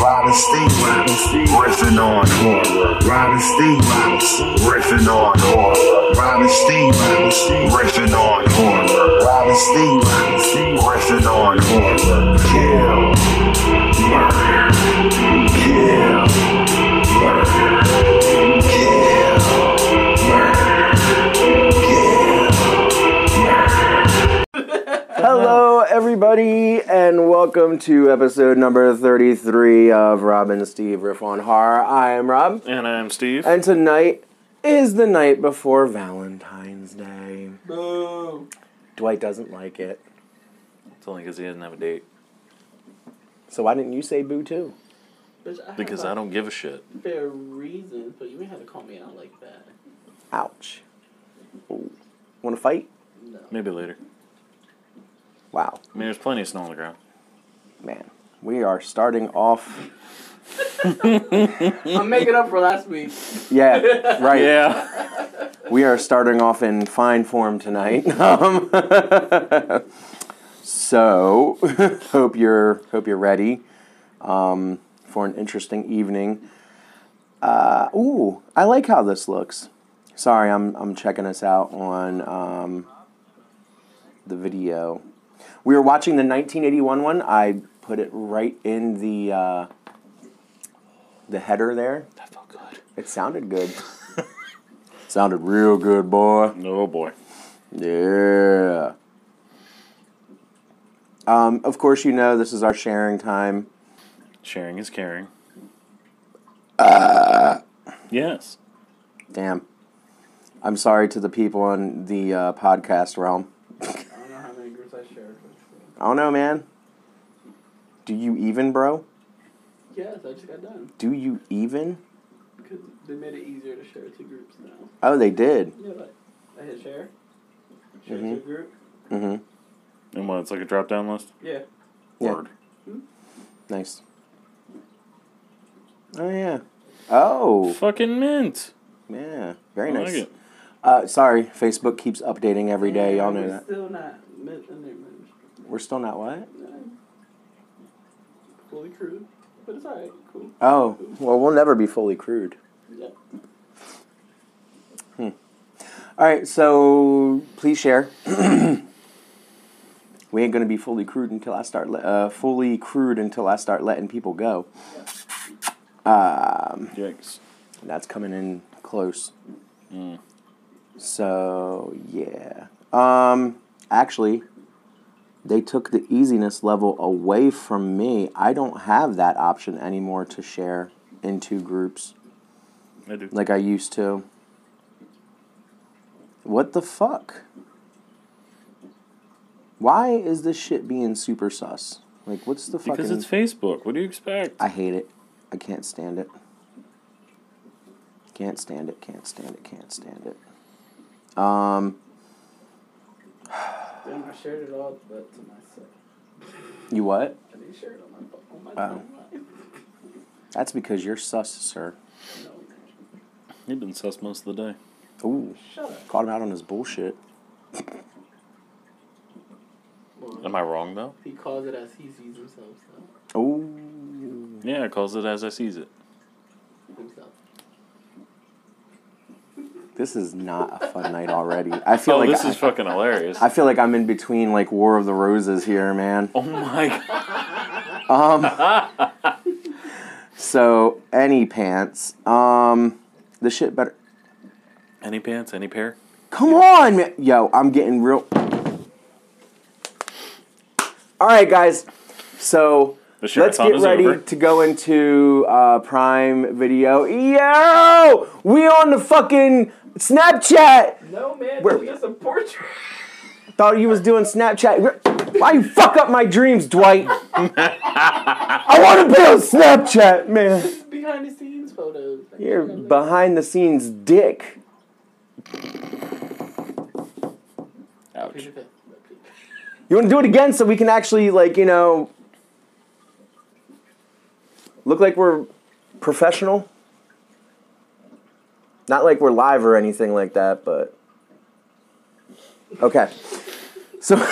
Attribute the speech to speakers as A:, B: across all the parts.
A: Robin Steve, riffing on horror. Robin Steve, riffing on horror. Robin Steve, riffing on horror. Robin Steve, riffing on horror. Kill, murder, kill, murder, kill, murder, kill, murder.
B: Hello, everybody, and welcome to episode number 33 of Rob and Steve Riff on Horror. I am Rob,
C: And I'm Steve.
B: and tonight is the night before Valentine's Day. Dwight doesn't like it.
C: it's only because he doesn't have a date.
B: So why didn't you say boo too?
D: Bitch, I
C: Because I don't give a shit.
D: have fair reasons, but you ain't have to call me out like that.
B: Ouch. Want to fight?
D: No.
C: Maybe later.
B: Wow,
C: I mean, there's plenty of snow on the ground.
B: man. We are starting off.
D: I'm making up for last week.
B: Yeah, right.
C: Yeah.
B: We are starting off in fine form tonight. Um, so hope you're hope you're ready um, for an interesting evening. Uh, ooh, I like how this looks. Sorry, I'm I'm checking us out on um, the video. We were watching the 1981 one. I put it right in the uh, the header there.
C: that felt Oh, good.
B: It sounded good. sounded real good, boy.
C: Oh boy.
B: Yeah. Um, of course, you know this is our sharing time.
C: Sharing is caring.
B: Uh.
C: Yes.
B: Damn. I'm sorry to the people in the uh, podcast realm.
D: I don't know how many groups I shared with.
B: I don't know, man. Do you even, bro?
D: Yes, I just got done.
B: Do you even?
D: Because they made it easier to share to groups now.
B: Oh, they did.
D: Yeah, like, I hit share. Share to
B: Mhm.
D: group.
B: Mm hmm.
C: And what? It's like a drop down list?
D: Yeah.
B: Yeah.
C: Word.
B: Nice. Oh, yeah. Oh,
C: Fucking mint.
B: yeah. Very
C: I
B: nice.
C: like it.
B: Uh, sorry, Facebook keeps updating every day. Y'all know
D: We're
B: that.
D: Still not mid- in their mid-
B: We're still not what?
D: no. Fully crude, but it's alright. Cool.
B: Oh, well, we'll never be fully crude.
D: Yeah.
B: All right, so please share. we ain't gonna be fully crude until I start. Let, uh, fully crude until I start letting people go. Um,
C: Yikes.
B: and that's coming in close. So yeah. Um, actually, they took the easiness level away from me. I don't have that option anymore to share into groups
C: I do.
B: like I used to. What the fuck? Why is this shit being super sus? Like, what's the fucking?
C: because it's Facebook. What do you expect?
B: I hate it. I can't stand it. Can't stand it. Can't stand it. Can't stand it. Um,
D: Damn, I shared it all, but to myself.
B: you what?
D: I didn't share it on my phone. On my
B: Oh.
D: timeline.
B: That's because you're sus, sir.
D: No.
C: You've been sus most of the day.
B: Ooh,
D: Shut up.
B: caught him out on his bullshit.
C: Am I wrong though?
D: He calls it as he sees himself. So.
B: Ooh,
C: Yeah, it calls it as I sees it.
D: Himself.
B: this is not a fun night already. I feel
C: oh,
B: like
C: this
B: I,
C: is fucking hilarious.
B: I feel like I'm in between like War of the Roses here, man.
C: oh my god.
B: So any pants. Um the shit better
C: Any pants, any pair?
B: Come on, man. Yo, I'm getting real Alright guys. So
C: The shit
B: let's
C: I thought
B: get
C: is
B: ready
C: over.
B: to go into uh, Prime Video. Yo! We on the fucking Snapchat!
D: No
B: Where
D: man, Where
B: we
D: just a portrait.
B: Thought you was doing Snapchat. Why you fuck up my dreams, Dwight? I wanna be on Snapchat, man.
D: Behind the scenes photos. Like,
B: You're
D: you know,
B: behind the scenes dick.
D: like-
C: Ouch.
B: You want to do it again so we can actually, like, you know, look like we're professional? Not like we're live or anything like that, but. Okay. So. All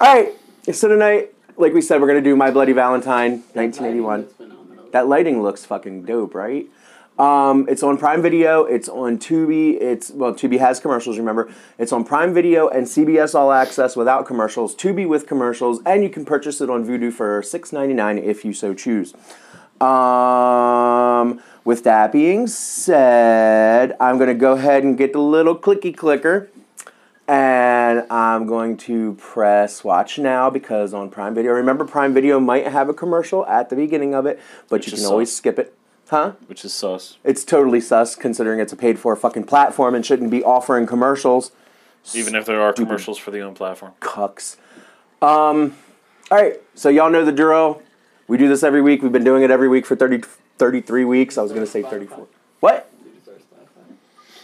B: right. So tonight, like we said, we're gonna do My Bloody Valentine, 1981.
D: That's phenomenal.
B: That lighting looks fucking dope, right? Um, it's on Prime Video. It's on Tubi. It's well, Tubi has commercials. Remember, it's on Prime Video and CBS All Access without commercials. Tubi with commercials, and you can purchase it on Vudu for $6.99 if you so choose. Um, with that being said, I'm gonna go ahead and get the little clicky clicker. And I'm going to press watch now because on Prime Video, remember Prime Video might have a commercial at the beginning of it, but you
C: is
B: can always
C: sus.
B: skip it. Huh?
C: which is sus.
B: It's totally sus considering it's a paid for fucking platform and shouldn't be offering commercials.
C: Even if there are commercials for the own platform.
B: Cucks. Um, all right, so y'all know the drill. We do this every week. We've been doing it every week for 30, 33 weeks. I was going to say 34. What?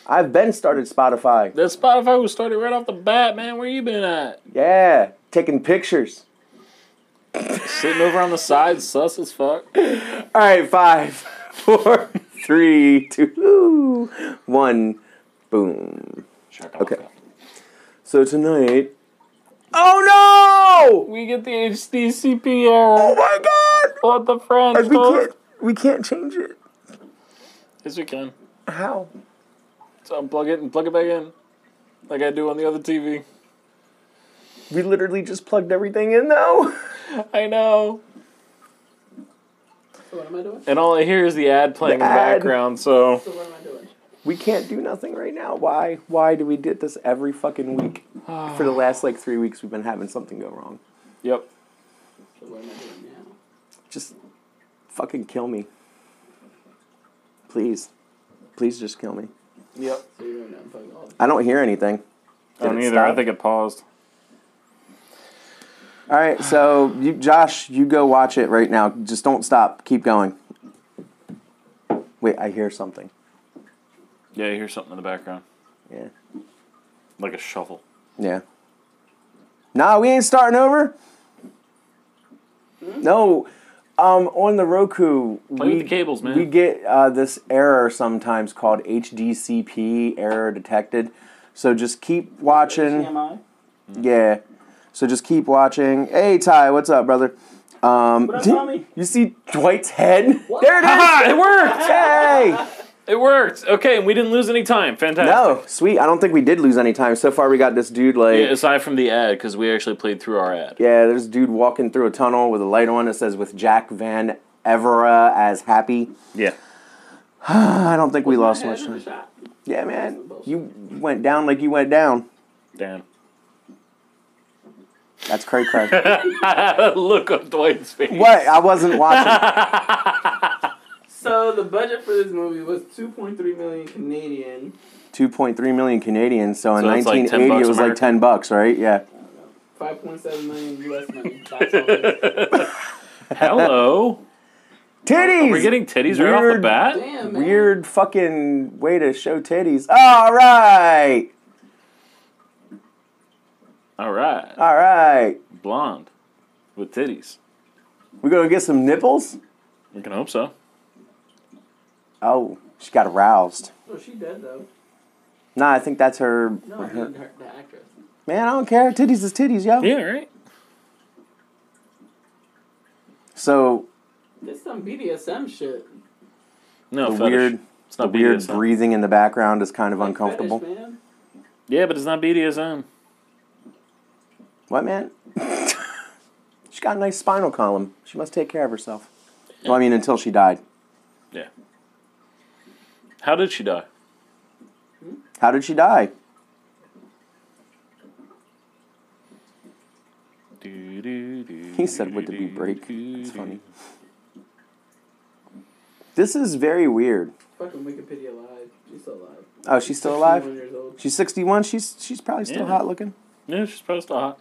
B: I've been started Spotify.
C: That Spotify was started right off the bat, man. Where you been at?
B: Yeah, taking pictures.
C: Sitting over on the side, sus as fuck.
B: All right, five, four, three, two, one, boom.
C: Okay.
B: So tonight. Oh no! Oh
C: We get the HDCP error.
B: my god!
C: What the French?
B: We can't. We can't change it.
C: Yes, we can.
B: How?
C: So unplug it and plug it back in, like I do on the other TV.
B: We literally just plugged everything in though.
C: I know.
D: So what am I doing?
C: And all I hear is the ad playing
B: The
C: in the
B: ad.
C: background. So
D: So what am I doing?
B: We can't do nothing right now. Why? Why do we did this every fucking week? For the last like three weeks, we've been having something go wrong.
C: yep.
D: So what am I doing now?
B: Just fucking kill me. Please. Please just kill me.
C: Yep.
D: So you're going to unplug all of
B: I don't hear anything.
C: I don't
B: Did it
C: either. I
B: stop?
C: think it paused.
B: All right, so you, Josh, you go watch it right now. Just don't stop. Keep going. Wait, I hear something.
C: Yeah, you hear something in the background,
B: Yeah.
C: like a shovel.
B: Yeah. Nah, we ain't starting over. No. Um, on the Roku,
C: Hmm? Play with
B: we,
C: the cables, man.
B: we get uh, this error sometimes called HDCP error detected. So just keep watching.
D: TMI?
B: Yeah. So just keep watching. Hey, Ty, what's up, brother? Um,
D: What up, Tommy?
B: You see Dwight's head? There it is.
C: Ah, it worked.
B: Yay!
C: It worked. Okay, and we didn't lose any time. Fantastic.
B: No, sweet. I don't think we did lose any time. So far, we got this dude like.
C: Yeah, aside from the ad, because we actually played through our ad.
B: Yeah, there's a dude walking through a tunnel with a light on. It says with Jack Van Evera as happy.
C: Yeah.
B: I don't think we lost
D: My head
B: much
D: in the
B: time.
D: shot.
B: Yeah, man. You went down like you went down.
C: Damn.
B: That's cray cray.
C: Look on Dwight's face.
B: what? I wasn't watching.
D: So the budget for this movie was 2.3 million Canadian.
B: 2.3 million Canadians. So in
C: So it's like 10
B: 1980,
C: bucks
B: it was like
C: American.
B: 10 bucks, right? Yeah.
D: 5.7 million US money. Box office.
C: Hello.
B: Titties!
C: We're getting titties right off the
B: Weird.
C: bat.
D: Damn, man.
B: Weird fucking way to show titties. All right.
C: All right.
B: All right.
C: Blonde with titties.
B: We're going to get some nipples?
C: We can hope so.
B: Oh, she got aroused.
D: Oh, she dead though.
B: Nah, I think that's her.
D: No, I mean her, the actress.
B: Man, I don't care. Titties is titties, yo.
C: Yeah, right?
B: So
D: This some BDSM shit.
C: No,
B: the
C: fetish.
B: weird,
C: It's not
B: weird
C: BDSM.
B: breathing in the background is kind of uncomfortable.
D: Fetish, man.
C: yeah, but it's not BDSM.
B: What man? she got a nice spinal column. She must take care of herself. Well, I mean, until she died.
C: Yeah. How did she die?
B: How did she die?
C: He
B: said, "Would there be break?" It's funny. This is very weird.
D: Fucking Wikipedia alive. She's still alive.
B: Oh, she's still
D: 61
B: alive.
D: Years old.
B: She's sixty-one. She's she's probably still
C: Yeah.
B: hot looking.
C: Yeah, she's probably still hot.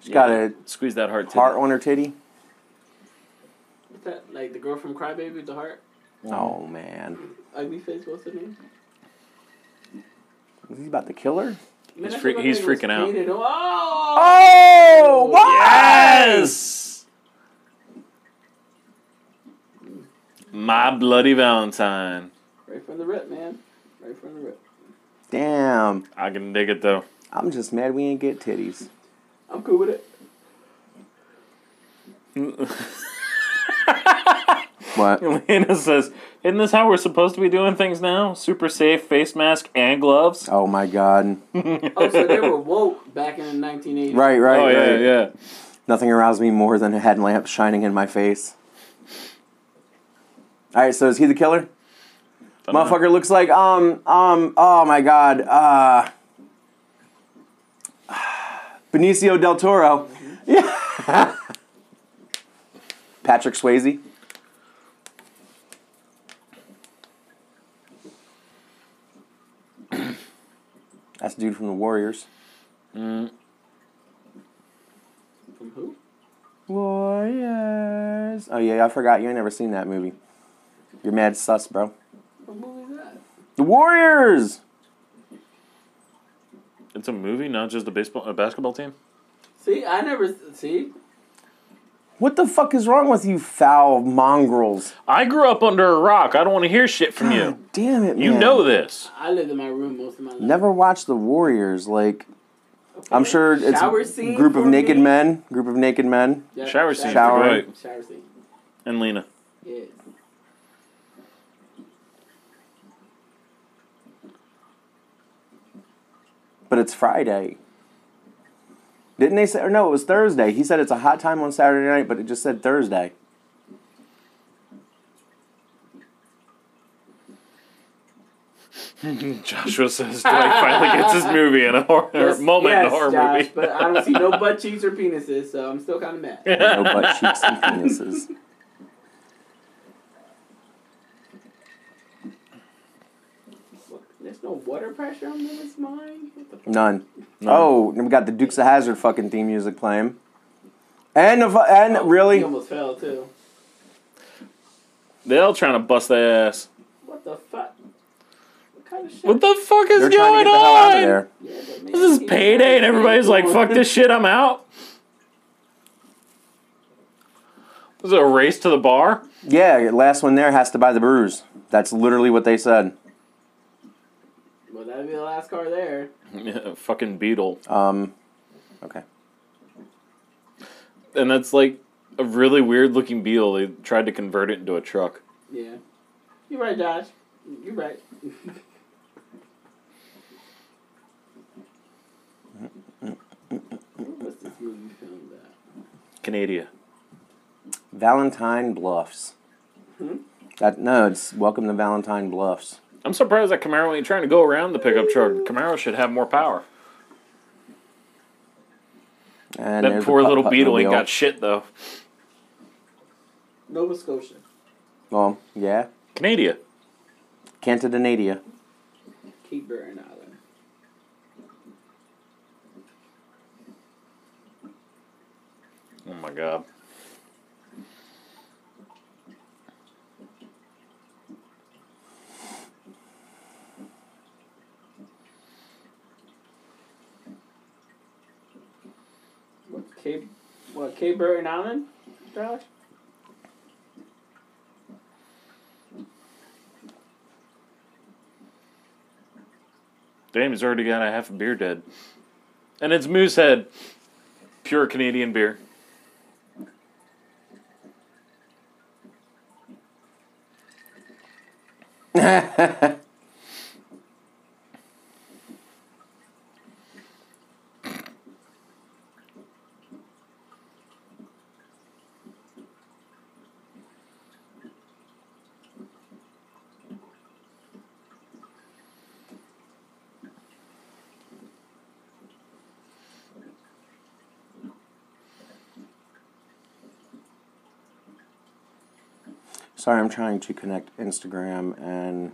B: She's got a
C: Squeeze that hard titty.
B: heart on her titty.
D: What's that? Like the girl from Crybaby with the heart?
B: Oh man,
D: Ugly face, what's her name?
B: is he about to kill her?
D: Man,
C: He's
D: that
C: freak-
D: shit look
C: he's
D: like it was
C: freaking out.
D: painted. Oh!
B: Oh, why?
C: Yes! My bloody Valentine.
D: Right from the rip, man. Right from the rip.
B: Damn,
C: I can dig it though.
B: I'm just mad we ain't get titties.
D: I'm cool with it.
B: What?
C: Elena says, "Isn't this how we're supposed to be doing things now? Super safe face mask and gloves."
B: Oh my God!
D: Oh, so they were woke back in the 1980s.
B: Right, right,
C: Oh yeah,
B: right.
C: yeah.
B: Nothing aroused me more than a headlamp shining in my face. All right, so is he the killer? Motherfucker looks like um um oh my god uh Benicio del Toro, yeah, Patrick Swayze. That's the dude from the Warriors.
D: From who?
B: Warriors. Oh yeah, I forgot you ain't never seen that movie. You're mad sus, bro.
D: What movie is that?
B: The Warriors.
C: It's a movie, not just a baseball, a basketball team.
D: See, I never s- see.
B: What the fuck is wrong with you foul mongrels?
C: I grew up under a rock. I don't want to hear shit from you.
B: God damn it, man.
C: You know this.
D: I lived in my room most of my life.
B: Never watched The Warriors. Like, I'm sure it's
D: Shower
B: a
D: scene
B: group of
D: for
B: naked
D: me?
B: men. Group of naked men.
D: Yeah,
C: Shower scene.
B: Shower.
C: Right.
D: Shower scene.
C: And Lena.
D: Yeah.
B: But it's Friday. Didn't they say? Or no, it was Thursday. He said it's a hot time on Saturday night, but it just said Thursday.
C: Joshua says Dwight finally gets his movie in a horror
D: Yes,
C: moment in a
D: yes,
C: horror
D: Josh,
C: movie.
D: but I don't see no butt cheeks or penises, so I'm still kind of mad.
B: No butt cheeks and penises.
D: There's no water pressure on this mine. What the fuck?
B: None. Oh, and we got the Dukes of Hazard fucking theme music playing. And the, fu- and
C: Oh,
B: really,
D: He almost fell too.
C: They're all trying to bust their ass.
D: What the fuck? What kind of shit?
C: What the fuck is
B: they're trying to
C: going
B: get the hell out of
C: on?
B: there.
D: Yeah, but man,
C: This is
D: he-
C: payday, and everybody's like, "Fuck this shit, I'm out." This is a race to the bar.
B: Yeah, your last one there has to buy the brews. That's literally what they said.
D: Well, that'd be the last car there.
C: Yeah, fucking beetle.
B: Um, okay.
C: and that's like a really weird looking beetle. They tried to convert it into a truck.
D: Yeah. You're right, Josh. You're right. What's this movie filmed at?
C: Canada.
B: Valentine Bluffs.
C: Hmm?
B: That no, it's welcome to Valentine Bluffs.
C: I'm surprised that Camaro ain't trying to go around the pickup truck. Camaro should have more power.
B: And
C: That
B: there's the
C: poor little
B: putt-putt
C: beetle ain't
B: mobile.
C: got shit though.
D: Nova Scotia.
B: Well, yeah,
C: Canada.
B: Cantadinadia.
D: Cape Breton Island.
C: Oh my god.
D: What, Cape, what, Cape Breton Island, Josh?
C: Damn, he's already got a half a beer dead. And it's Moosehead. Pure Canadian beer.
B: Sorry, I'm trying to connect Instagram and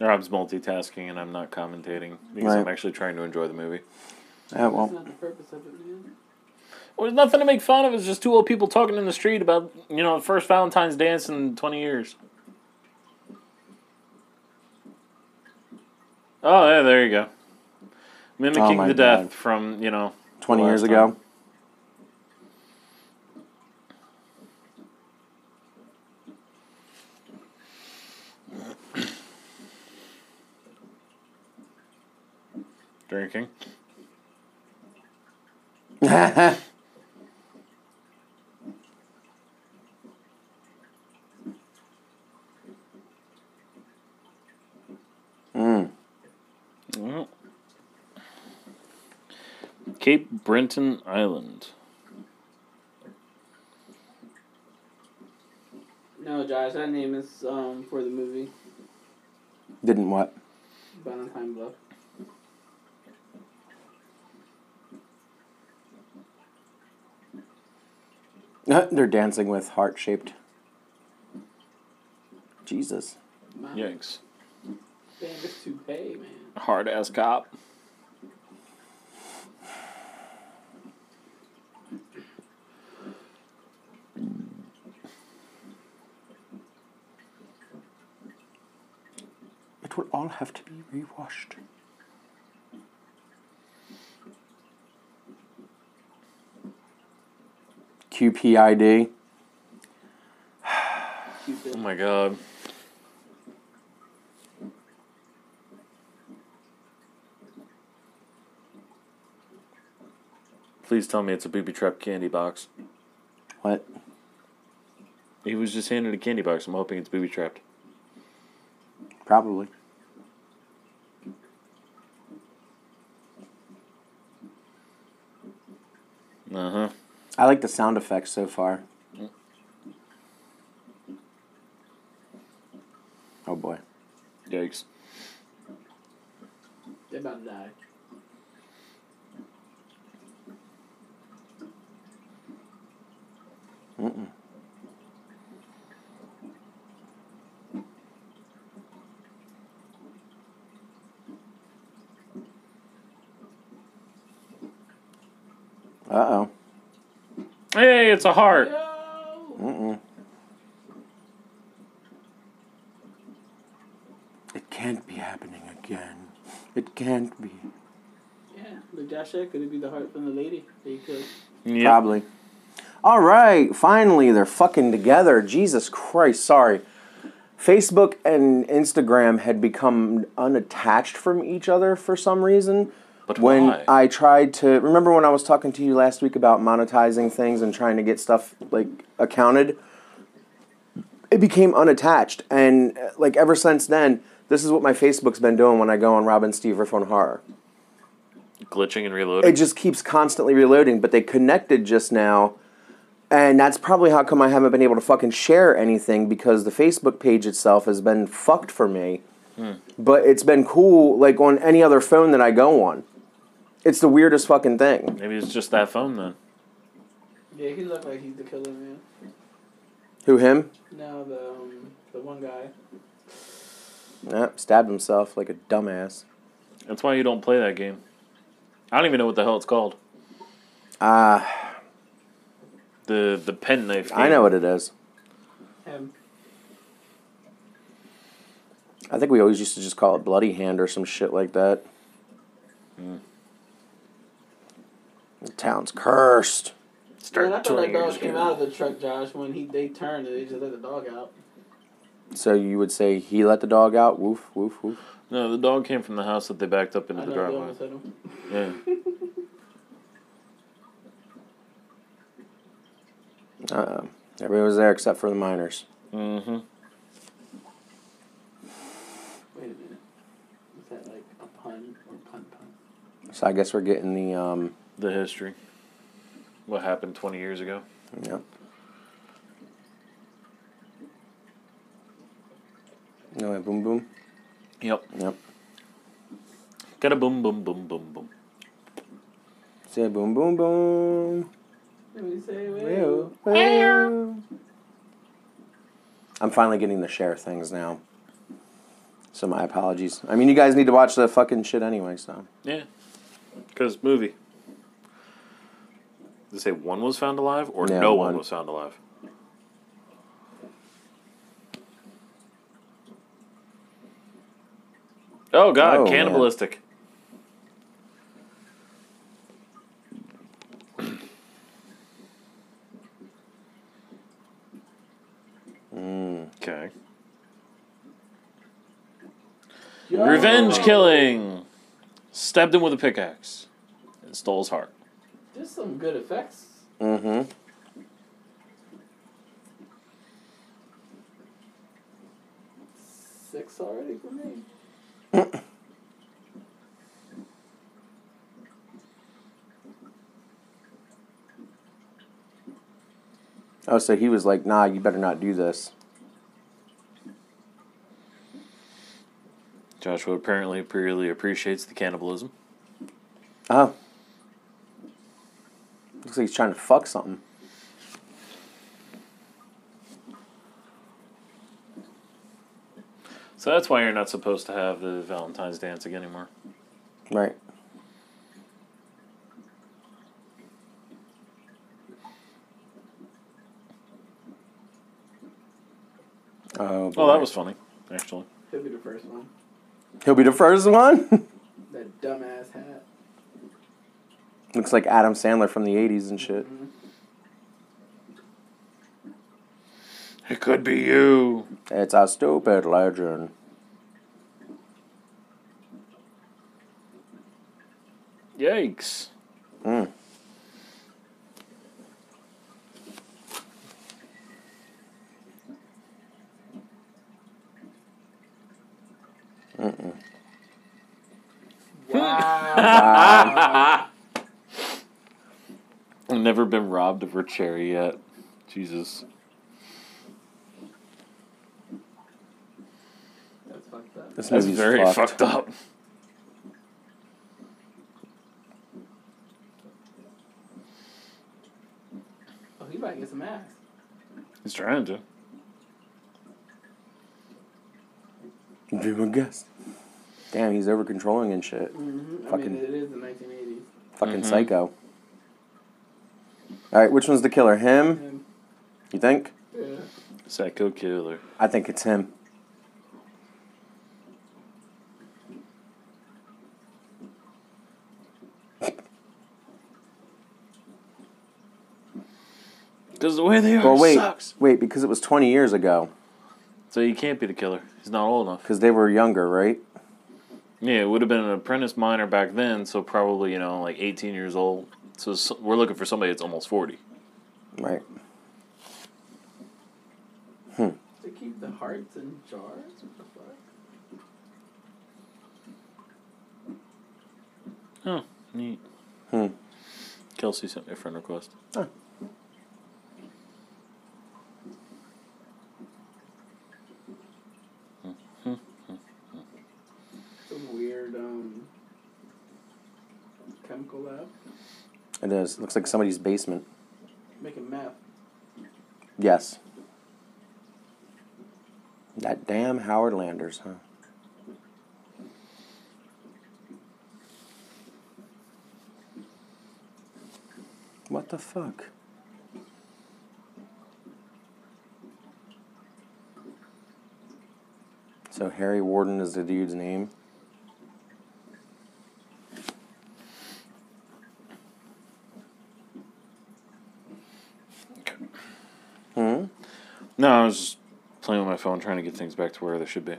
C: Rob's multitasking and I'm not commentating because
B: Right.
C: I'm actually trying to enjoy the movie.
B: uh,
D: That's
B: well,
D: not the purpose of it, man.
C: Well, there's nothing to make fun of. It's just two old people talking in the street about, you know, the first Valentine's dance in 20 years. Oh, yeah, there you go.
B: Oh,
C: Mimicking
B: my
C: the death
B: God.
C: from, you know.
B: twenty
C: the
B: years
C: last
B: ago.
C: time. Drinking. Cape Breton Island.
D: No, Josh, that name is um for the movie
B: Didn't what?
D: Valentine Bluff.
B: They're dancing with heart shaped. Jesus.
D: My
C: Yikes.
D: Damn, this toupee, man.
C: Hard ass cop.
B: It will all have to be rewashed. QPID.
D: Cupid.
C: Oh my god. Please tell me it's a booby trap candy box.
B: What?
C: He was just handed a candy box. I'm hoping it's booby trapped.
B: Probably.
C: Uh huh.
B: I like the sound effects so far. Oh boy.
C: Yikes.
D: They're about to die.
B: Mm-mm. Uh oh.
C: Hey, it's a heart.
D: Yo!
C: Mm.
B: Mm-mm. It can't be happening again. It can't be.
D: Yeah, but Josh said, could it be the heart from the lady that you killed?
C: Yep.
B: Probably. All right, finally they're fucking together. Jesus Christ, sorry. Facebook and Instagram had become unattached from each other for some reason.
C: But
B: when
C: why?
B: I tried to remember when I was talking to you last week about monetizing things and trying to get stuff like accounted, it became unattached, and uh, like ever since then, this is what my Facebook's been doing when I go on Robin Steve Riff on Horror
C: Glitching and
B: it
C: reloading.
B: just keeps constantly reloading but they connected just now and that's probably how come i haven't been able to fucking share anything because the facebook page itself has been fucked for me but it's been cool like on any other phone that i go on it's the weirdest fucking thing
C: Maybe it's just that phone then.
D: Yeah, he looked like he's the killer, man.
B: who him
D: No, the um, the one guy.
B: nah, stabbed himself like a dumbass
C: That's why you don't play that game. I don't even know what the hell it's called.
B: ah
C: The the pen knife.
B: i
C: game.
B: know what it is
D: Him.
B: i think we always used to just call it bloody hand or some shit like that
D: Hmm.
B: the town's cursed
D: Man, I
C: Start
D: thought that
C: doing your
D: dog came out of the truck, Josh, when he they turned and they just let the dog out.
B: So you would say he let the dog out? Woof, woof, woof.
C: No, the dog came from the house that they backed up into
D: I
C: the
D: know they
C: driveway.
D: almost hit him.
C: Yeah.
B: Uh-oh. Uh-uh. Everybody was there except for the miners.
C: Mm-hmm.
D: Wait a minute. Is that like a pun or pun pun?
B: So I guess we're getting the, um,
C: The history. What happened 20 years ago?
B: yeah. No, wait, boom, boom.
C: Yep.
B: Yep.
C: Got a boom, boom, boom, boom, boom.
B: Say boom, boom, boom.
D: Let me say, well.
B: Woo, woo. I'm finally getting to share things now. So my apologies. I mean, you guys need to watch the fucking shit anyway, so.
C: Yeah. Because movie. Did they say one was found alive or
B: Yeah,
C: no one.
B: one.
C: was found alive? Oh, God.
B: Oh, man.
C: cannibalistic.
B: Mm.
C: Okay.
D: Yo!
C: Revenge killing. Stabbed him with a pickaxe. And stole his heart.
D: Just some good effects.
B: Mm-hmm.
D: Six already for me.
B: Oh, so he was like, "Nah, you better not do this."
C: Joshua apparently really appreciates the cannibalism.
B: Oh, looks like he's trying to fuck something.
C: So that's why you're not supposed to have the Valentine's dancing anymore.
B: Right. Oh,
C: Oh,
B: boy.
C: that was funny, actually.
D: He'll be the first one.
B: He'll be the first one.
D: That dumbass hat.
B: Looks like Adam Sandler from the '80s and shit.
C: It could be you.
B: It's a stupid legend.
C: Yikes.
B: Mm.
D: Wow.
C: I've never been robbed of her cherry yet. Jesus.
D: That's fucked up.
B: This
C: That's
B: movie's
C: very
B: fucked.
C: fucked up.
D: Oh, he about to get some ass.
C: He's trying to.
B: Do a guess. Damn, he's over controlling and shit.
D: Mm-hmm. I
B: Fucking-
D: mean, it is the 1980s.
B: Fucking
C: Mhm.
B: psycho. All right, which one's the killer? Him?
D: And, uh,
B: You think?
D: yeah.
C: Psycho killer.
B: I think it's him.
C: Because the way they are
B: Well, wait,
C: sucks.
B: wait, because it was twenty years ago.
C: So he can't be the killer. He's not old enough.
B: Because they were younger, right?
C: Yeah, it would have been an apprentice minor back then, so probably, you know, like 18 years old. So s we're looking for somebody that's almost 40.
B: Right.
D: To keep the hearts in jars? What the fuck?
C: Oh, neat.
B: Hmm.
C: Kelsey sent me a friend request.
D: Some weird um, chemical lab.
B: It is. Looks like somebody's basement.
D: Making meth.
B: Yes. That damn Howard Landers, huh? What the fuck? So Harry Warden is the dude's name. Hmm.
C: No, I was just playing with my phone trying to get things back to where they should be.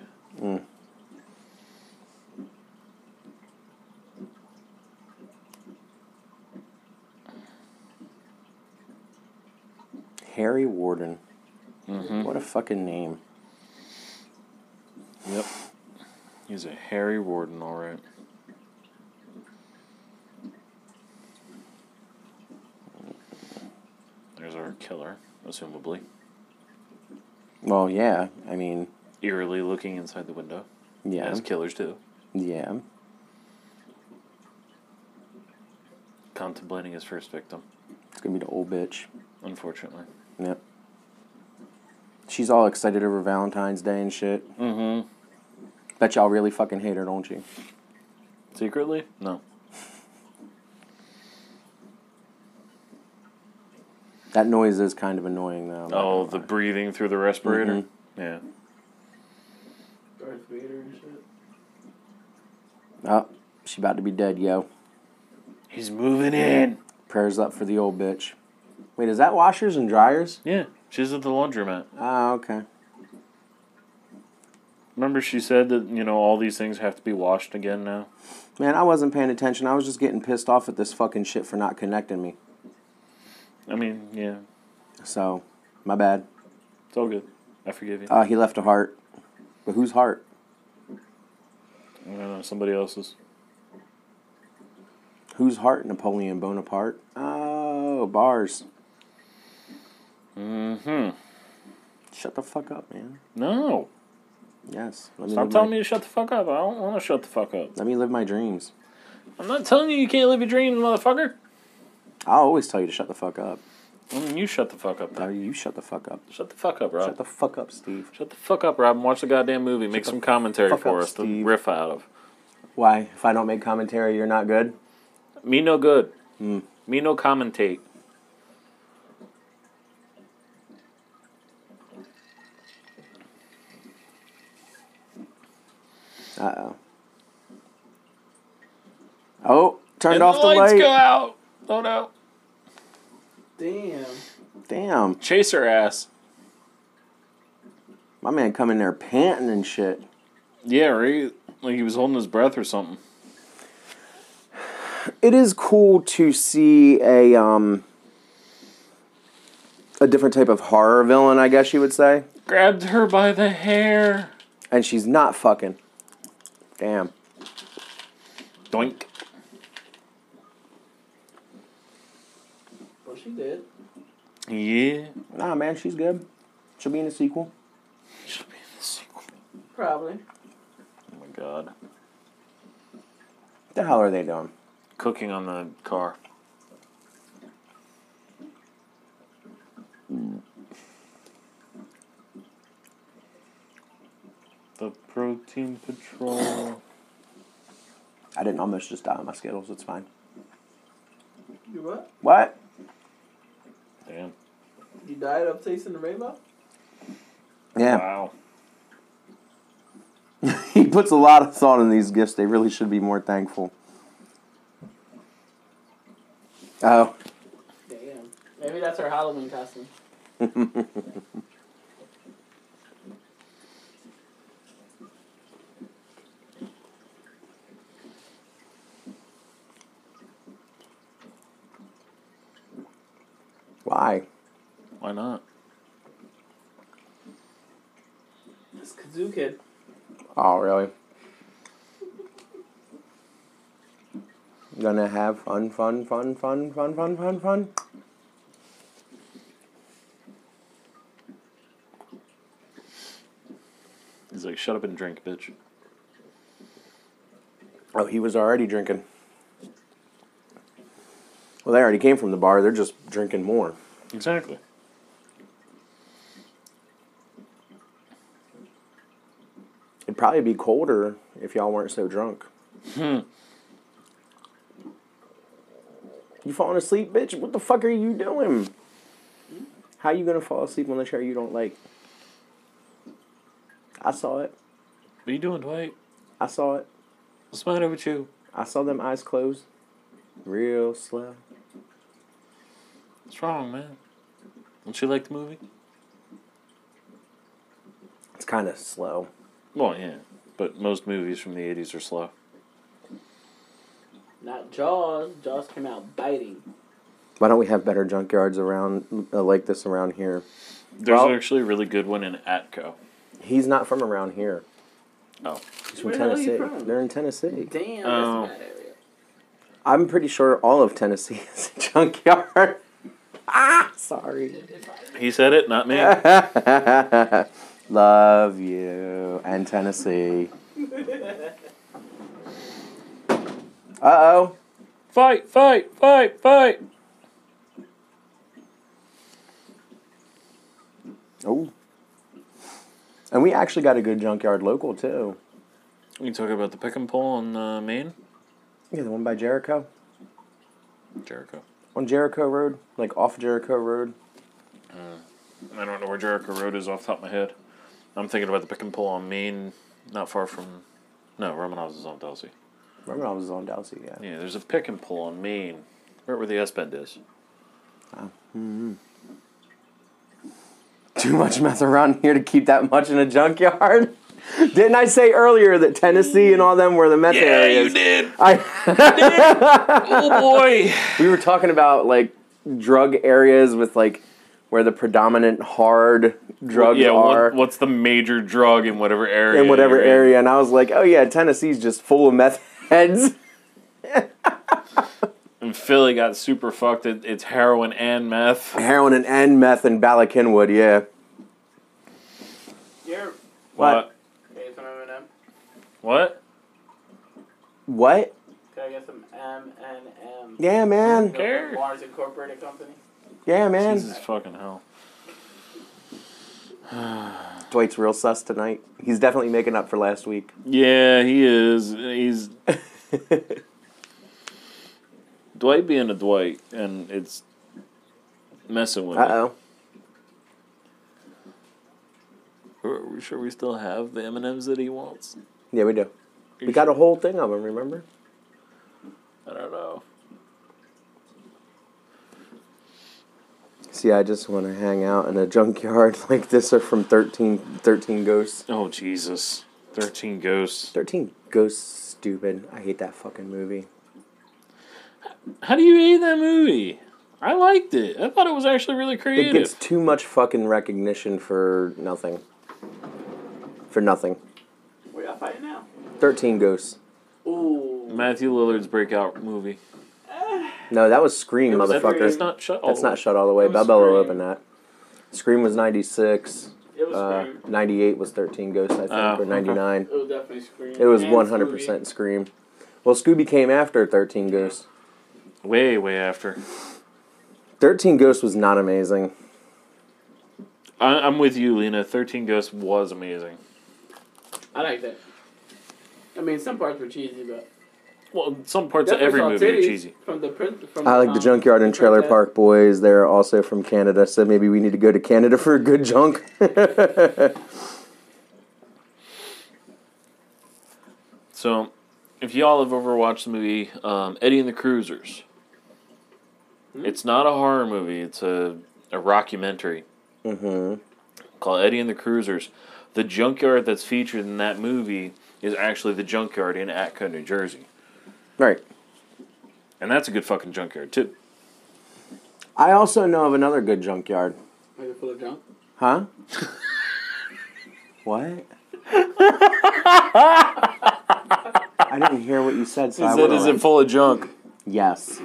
B: Harry Warden.
C: Mhm.
B: What a fucking name.
C: Yep. He's a Harry Warden, all right. There's our killer, assumably.
B: Well, yeah. I mean,
C: Eerily looking inside the window,
B: yeah.
C: as killers do,
B: Yeah.
C: contemplating his first victim,
B: It's going to be the old bitch.
C: unfortunately.
B: Yep. She's all excited over Valentine's Day and shit.
C: Mm hmm.
B: Bet y'all really fucking hate her, don't you?
C: Secretly? No.
B: That noise is kind of annoying, though.
C: Oh, the breathing through the respirator?
B: Mm-hmm.
C: Yeah.
D: Darth Vader and shit.
B: Oh, she about to be dead, yo.
C: He's moving in.
B: Prayers up for the old bitch. Wait, is that washers and dryers?
C: Yeah, she's at the laundromat.
B: Ah, okay.
C: Remember, she said that, you know, all these things have to be washed again now?
B: Man, I wasn't paying attention. I was just getting pissed off at this fucking shit for not connecting me.
C: I mean, yeah,
B: So, my bad.
C: it's all good. I forgive you.
B: Uh, he left a heart. But whose heart?
C: I don't know, somebody else's.
B: Whose heart? Napoleon Bonaparte? Oh, bars.
C: Mm-hmm.
B: Shut the fuck up, man.
C: No.
B: Yes. Let me
C: Stop
B: live
C: telling
B: my,
C: me to shut the fuck up. I don't want to shut the fuck up.
B: Let me live my dreams.
C: I'm not telling you you can't live your dreams, motherfucker.
B: I'll always tell you to shut the fuck up.
C: Well, then you shut the fuck up.
B: No,
C: Then.
B: you shut the fuck up.
C: Shut the fuck up, Rob.
B: Shut the fuck up, Steve.
C: Shut the fuck up, Rob, and watch the goddamn movie. Make
B: the
C: some commentary
B: fuck
C: for
B: up,
C: us
B: Steve.
C: to riff out of.
B: Why? If I don't make commentary, you're not good.
C: Me no good.
B: Hmm.
C: Me no commentate.
B: Oh, turned
C: And
B: off the,
C: the lights
B: light.
C: go out. Oh no.
D: Damn.
B: Damn,
C: Chase her ass.
B: my man come in there panting and shit.
C: Yeah, right. Like he was holding his breath or something.
B: It is cool to see a um a different type of horror villain, I guess you would say.
C: Grabbed her by the hair.
B: And she's not fucking. Damn.
C: Doink.
D: Well, she did.
C: Yeah.
B: Nah, man, she's good. She'll be in the sequel.
C: She'll be in the sequel.
D: Probably.
C: Oh my god.
B: What the hell are they doing?
C: Cooking on the car. The protein patrol.
B: I didn't almost just die on my Skittles. It's fine.
D: You what?
B: What?
C: Damn.
D: You died up tasting the rainbow?
B: Yeah.
C: Wow.
B: he puts a lot of thought in these gifts. They really should be more thankful. Oh.
D: Damn. Maybe that's her Halloween costume.
B: Why?
C: Why not?
D: This kazoo kid.
B: Oh, really? Gonna have fun, fun, fun, fun, fun, fun, fun, fun.
C: He's like, shut up and drink, bitch.
B: Oh, he was already drinking. Well, they already came from the bar. They're just drinking more.
C: Exactly.
B: It'd probably be colder if y'all weren't so drunk. You falling asleep, bitch? What the fuck are you doing? How you gonna fall asleep on the chair you don't like? I saw it.
C: What are you doing, Dwight?
B: I saw it.
C: What's the matter with you?
B: I saw them eyes closed. Real slow.
C: What's wrong, man? Don't you like the movie?
B: It's kind of slow.
C: Well, yeah. But most movies from the 80s are slow.
D: Not Jaws. Jaws came out biting.
B: Why don't we have better junkyards around uh, like this around here?
C: There's
B: Well-
C: actually a really good one in Atco.
B: He's not from around here.
C: Oh.
B: He's
D: Where
B: from
D: the hell are you
B: Tennessee.
D: from?
B: They're in Tennessee.
D: Damn,
C: Oh.
D: that's a bad area.
B: I'm pretty sure all of Tennessee is a junkyard. ah, sorry.
C: He said it, not me.
B: Love you and Tennessee. Uh oh.
C: fight, fight, fight, fight.
B: Oh. And we actually got a good junkyard local too.
C: You talk about the pick and pull on uh, Maine?
B: Yeah, the one by Jericho.
C: Jericho.
B: On Jericho Road, like off Jericho Road.
C: I don't know where Jericho Road is off the top of my head. I'm thinking about the pick and pull on Maine, not far from. No, Romanov's is on Delsey.
B: Remember I was on Dalsey, yeah.
C: Yeah, there's a pick and pull on Maine, right where the S Bend is.
B: Too much meth around here to keep that much in a junkyard. Didn't I say earlier that Tennessee and all them were the meth areas?
C: did.
B: I,
C: Oh boy.
B: we were talking about like drug areas with like where the predominant hard drugs
C: yeah, what-
B: are
C: what's the major drug in whatever area?
B: in whatever
C: you're
B: area, and I was like, oh yeah, Tennessee's just full of meth heads.
C: And in Philly got super fucked. It, it's heroin and meth.
B: Heroin and, and meth and Bala Kenwood, yeah.
D: You're.
B: What?
D: Can I get some M&M?
C: What?
B: What?
D: Can I get some M&M?
B: Yeah, man.
C: Care.
D: Mars Incorporated Company.
B: Yeah, man.
C: Jesus fucking hell.
B: Dwight's real sus tonight. He's definitely making up for last week.
C: Yeah, he is. He's Dwight being a Dwight, and it's messing with. me.
B: Uh oh.
C: Are we sure we still have the M and M's that he wants?
B: Yeah, we do. We got a whole thing of them, remember?
C: I don't know.
B: See, I just want to hang out in a junkyard like this are from 13, 13 Ghosts.
C: Oh Jesus! Thirteen ghosts.
B: 13 Ghosts, stupid. I hate that fucking movie.
C: How do you hate that movie? I liked it. I thought it was actually really
B: It
C: creative.
B: gets too much fucking recognition for nothing. For nothing.
D: Where y'all fighting now?
B: 13 Ghosts.
D: Ooh.
C: Matthew Lillard's breakout movie.
B: No, that was Scream,
C: Was that-
B: motherfucker.
C: It's not shut. all
B: That's
C: the way.
B: not shut all the way.
D: It was
B: Bubba will
D: Scream.
B: open that. Scream was 96.
D: It was
B: Uh,
D: Scream.
B: 98 was 13 Ghosts, I think,
C: Oh,
B: or
C: okay.
B: 99.
D: It was definitely Scream.
B: It was
D: And
B: 100% Scream. Well, Scooby came after 13 Ghosts.
C: Way way after.
B: 13 Ghosts was not amazing.
C: I, I'm with you, Lena. Thirteen Ghosts was amazing.
D: Scooby. I like that. I mean, some parts were cheesy, but
C: Well, some parts of
D: Definitely
C: every
D: saw
C: movie are
D: titties
C: cheesy.
D: From the prin- from
B: I like the
C: Oh,
D: um,
B: Junkyard and Trailer
D: Princess.
B: Park Boys. They're also from Canada, so maybe we need to go to Canada for a good junk.
C: So, if y'all have ever watched the movie um, Eddie and the Cruisers,
D: Hmm?
C: it's not a horror movie. It's a a rockumentary
B: Mm-hmm.
C: called Eddie and the Cruisers. The junkyard that's featured in that movie is actually the junkyard in Atco, New Jersey,
B: right.
C: and that's a good fucking junkyard too.
B: I also know of another good junkyard.
D: Like a full of junk.
B: Huh? what? I didn't hear what you said, so I
C: Is it,
B: wouldn't-
C: is it full of junk?
B: Yes.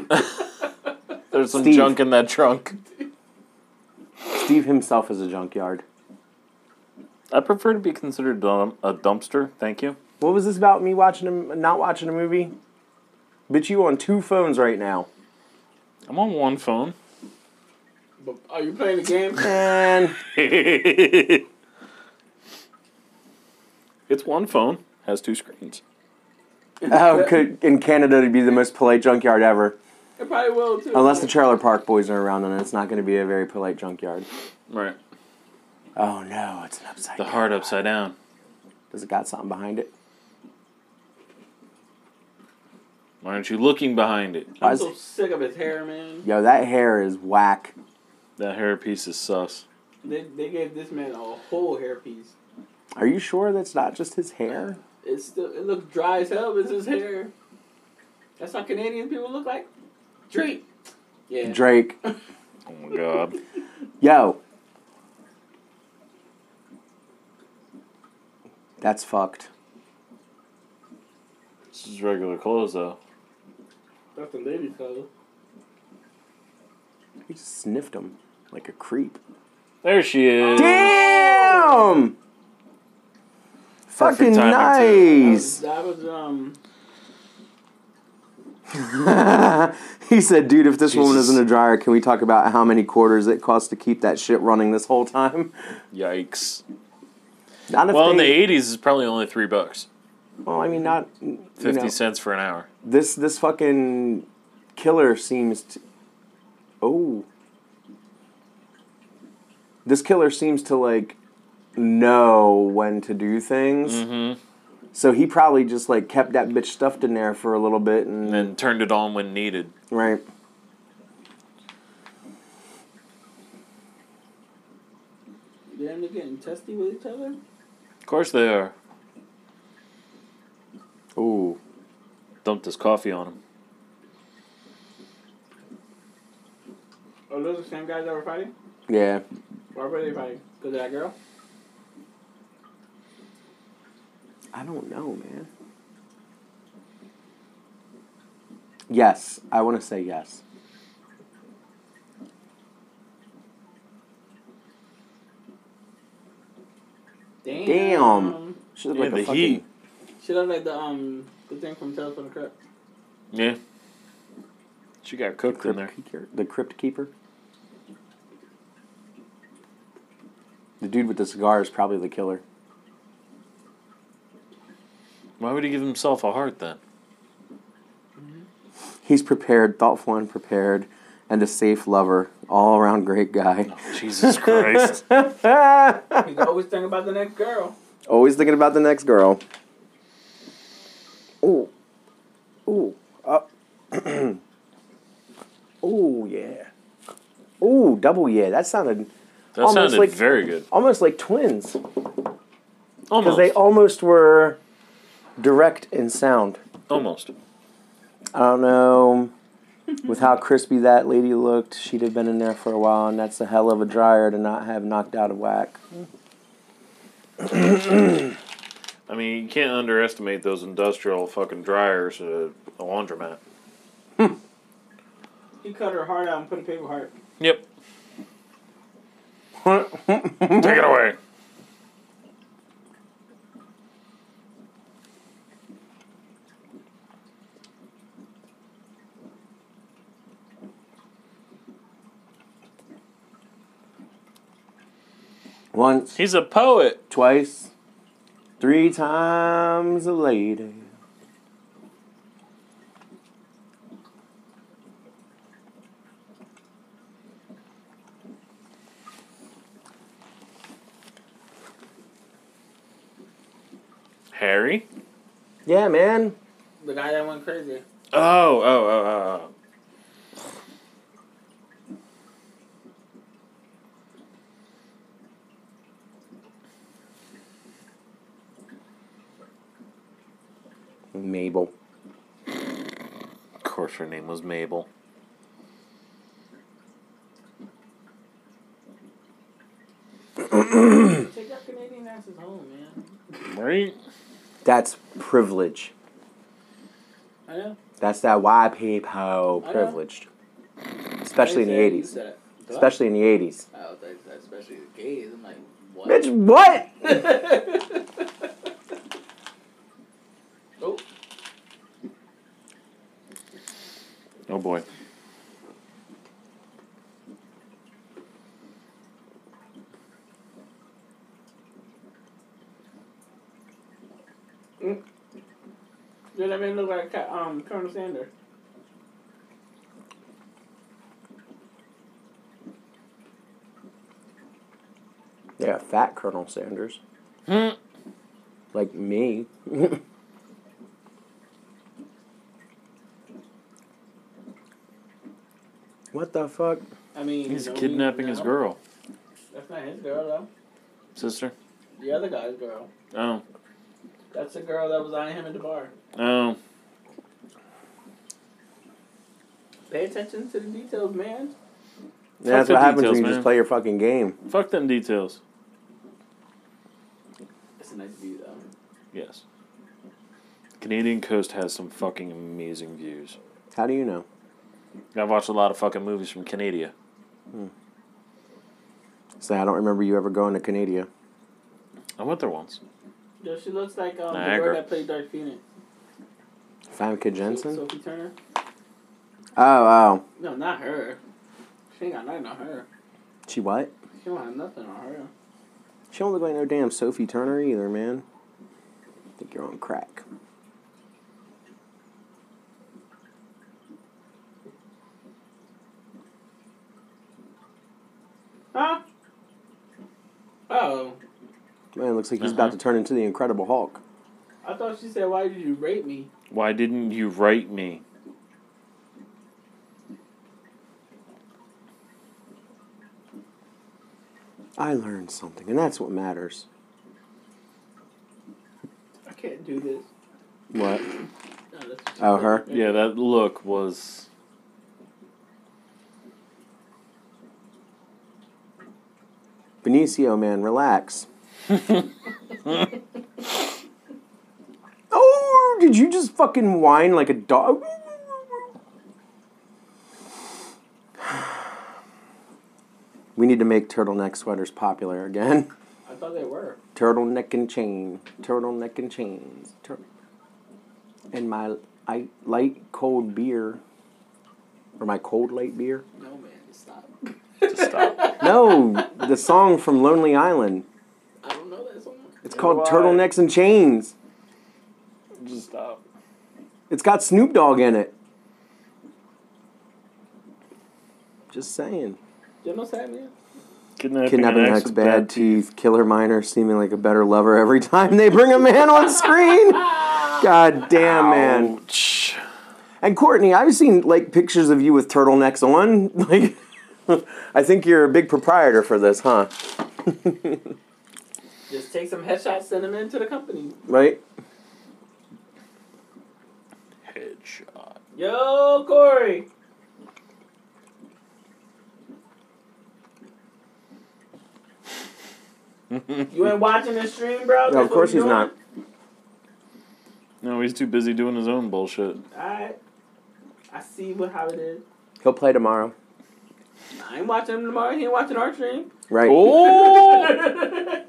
C: There's some
B: Steve.
C: junk in that trunk.
B: Steve himself is a junkyard.
C: I prefer to be considered dum- a dumpster. Thank you.
B: What was this about me watching a, not watching a movie? Bitch, you on two phones right now.
C: I'm on one phone.
D: But are you playing the game?
B: And
C: it's one phone has two screens.
B: oh, could, in Canada to be the most polite junkyard ever,
D: It probably will too.
B: unless the Trailer Park Boys are around, and it's not going to be a very polite junkyard.
C: Right.
B: Oh no, it's an upside.
C: The
B: down.
C: heart upside down.
B: Does it got something behind it?
C: Why aren't you looking behind it?
B: Why
D: I'm
B: is-
D: so sick of his hair, man.
B: Yo, that hair is whack.
C: That hair piece is sus.
D: They, they gave this man a whole hairpiece.
B: Are you sure that's not just his hair?
D: It's still it looks dry as hell. But it's his hair. That's how Canadian people look like. Drake. Yeah.
B: Drake.
C: Oh my god.
B: Yo. That's fucked.
C: this is regular clothes though.
D: That's the lady color.
B: He just sniffed him like a creep.
C: There she is.
B: Damn! Fucking
C: Perfect timing,
B: nice.
D: That was um.
B: he said, "Dude, if this woman
C: Jesus.
B: is in a dryer, can we talk about how many quarters it costs to keep that shit running this whole time?"
C: Yikes.
B: Not if
C: Well, in the
B: they-
C: eighties, it's probably only three bucks,
B: Well, I mean, not you
C: fifty
B: know.
C: cents for an hour.
B: this this fucking killer seems to oh this killer seems to like know when to do things
C: Mm-hmm.
B: so he probably just like kept that bitch stuffed in there for a little bit and
C: And then turned it on when needed.
B: right
D: Damn, they're getting testy with each other.
C: Of course they are.
B: ooh
C: Dumped his coffee on him.
D: Are Oh, those the same guys that were fighting?
B: yeah
D: Why were they fighting? Cause of that girl.
B: i don't know man Yes, I want to say yes.
D: Damn.
B: Damn. She looked
C: Yeah,
B: like a
C: the
B: fucking-
C: heat.
D: She looked like the um the thing from Tales from the Crypt.
C: Yeah. She got cooked in there.
B: Crypt keeper, the crypt keeper. The dude with the cigar is probably the killer.
C: Why would he give himself a heart then?
B: He's prepared, thoughtful and prepared, and a safe lover, all around great guy.
C: Jesus Christ.
D: You can always think about the next girl.
B: Always thinking about the next girl. Ooh. Ooh. Uh. Ooh, yeah. Ooh, double yeah. That sounded
C: That
B: Almost
C: sounded
B: like-
C: very good.
B: almost like twins.
C: Almost.
B: Because they almost were direct in sound.
C: almost.
B: I don't know. With how crispy that lady looked, she'd have been in there for a while, and that's a hell of a dryer to not have knocked out of whack.
C: I mean, you can't underestimate those industrial fucking dryers at a laundromat.
D: He cut her heart out and put a paper heart.
C: Yep. Take it away.
B: Once,
C: He's a poet.
B: twice, three times a lady.
C: Harry?
B: Yeah, man.
D: The guy that went crazy.
C: Oh, oh, oh, oh, oh.
B: Mabel.
C: Of course her name was Mabel.
D: Take your Canadian asses home, man.
C: Right?
B: That's privilege.
D: I know.
B: That's that white people
D: know.
B: privileged. Especially in the
D: You said
B: 80s.
D: it. Do I?
B: Especially in the 80s.
D: I was like, especially the gays. I'm like, what?
B: Bitch, what?
D: oh,
C: Oh boy.
D: yeah, that man look like Ca- um Colonel Sanders.
B: Yeah, fat Colonel Sanders.
C: Hmm.
B: Like me. what the fuck?
D: I mean,
C: He's
D: no, we-
C: kidnapping his
D: no.
C: girl.
D: That's not his girl though.
C: Sister?
D: The other guy's girl.
C: Oh.
D: That's the girl that was eyeing him at the bar.
C: Oh.
D: Pay attention to the details, man.
B: That's
C: the
B: what happens
C: details,
B: when you
C: man.
B: just play your fucking game.
C: Fuck them details.
D: It's a nice view though.
C: Yes. Canadian coast has some fucking amazing views.
B: How do you know?
C: I've watched a lot of fucking movies from Canada.
B: Say, I don't remember you ever going to Canada.
C: I went there once.
D: Yo, she looks like um, the
C: Niagara.
D: girl that played Dark Phoenix.
B: Famke Jensen?
D: Sophie Turner.
B: Oh, oh.
D: No, not her. She ain't got nothing on her.
B: She what?
D: She don't have nothing on her.
B: She don't look like no damn Sophie Turner either, man. I think you're on crack.
D: Huh? Oh,
B: Man, it looks like he's
C: Uh-huh.
B: about to turn into the Incredible Hulk.
D: I thought she said, "Why did you rape me?"
C: Why didn't you write me?
B: I learned something, and that's what matters.
D: I can't do this.
B: What?
D: No, that's what she
B: Oh,
D: said.
B: her?
C: Yeah, that look was.
B: Benicio, man, relax. oh, did you just fucking whine like a dog? We need to make turtleneck sweaters popular again.
D: I thought they were.
B: turtleneck and chain, turtleneck and chains, tur- and my I, light cold beer, or my cold light beer.
D: No man, stop.
C: to stop.
B: No, the song from Lonely Island.
D: I don't know that song.
B: It's called
C: Why?
B: Turtlenecks and Chains.
C: Just stop.
B: It's got Snoop Dogg in it. Just saying.
D: You know what I'm saying?
C: Kidnapping,
B: Kidnapping
C: an ex
B: ex,
C: with
B: bad teeth, killer miner, seeming like a better lover every time they bring a man on screen. God damn, man.
C: Ouch.
B: And Courtney, I've seen like pictures of you with turtlenecks on. Like, I think you're a big proprietor for this, huh?
D: Just take some headshots, send them into the company.
B: Right?
C: Headshot.
D: Yo, Corey. you ain't watching the stream, bro? That's
B: No, of
D: what
B: course
D: you
B: he's not.
C: No, he's too busy doing his own bullshit.
D: doing? Alright. I see what how it is.
B: He'll play tomorrow.
D: I ain't watching him tomorrow. He ain't watching our stream.
B: Right.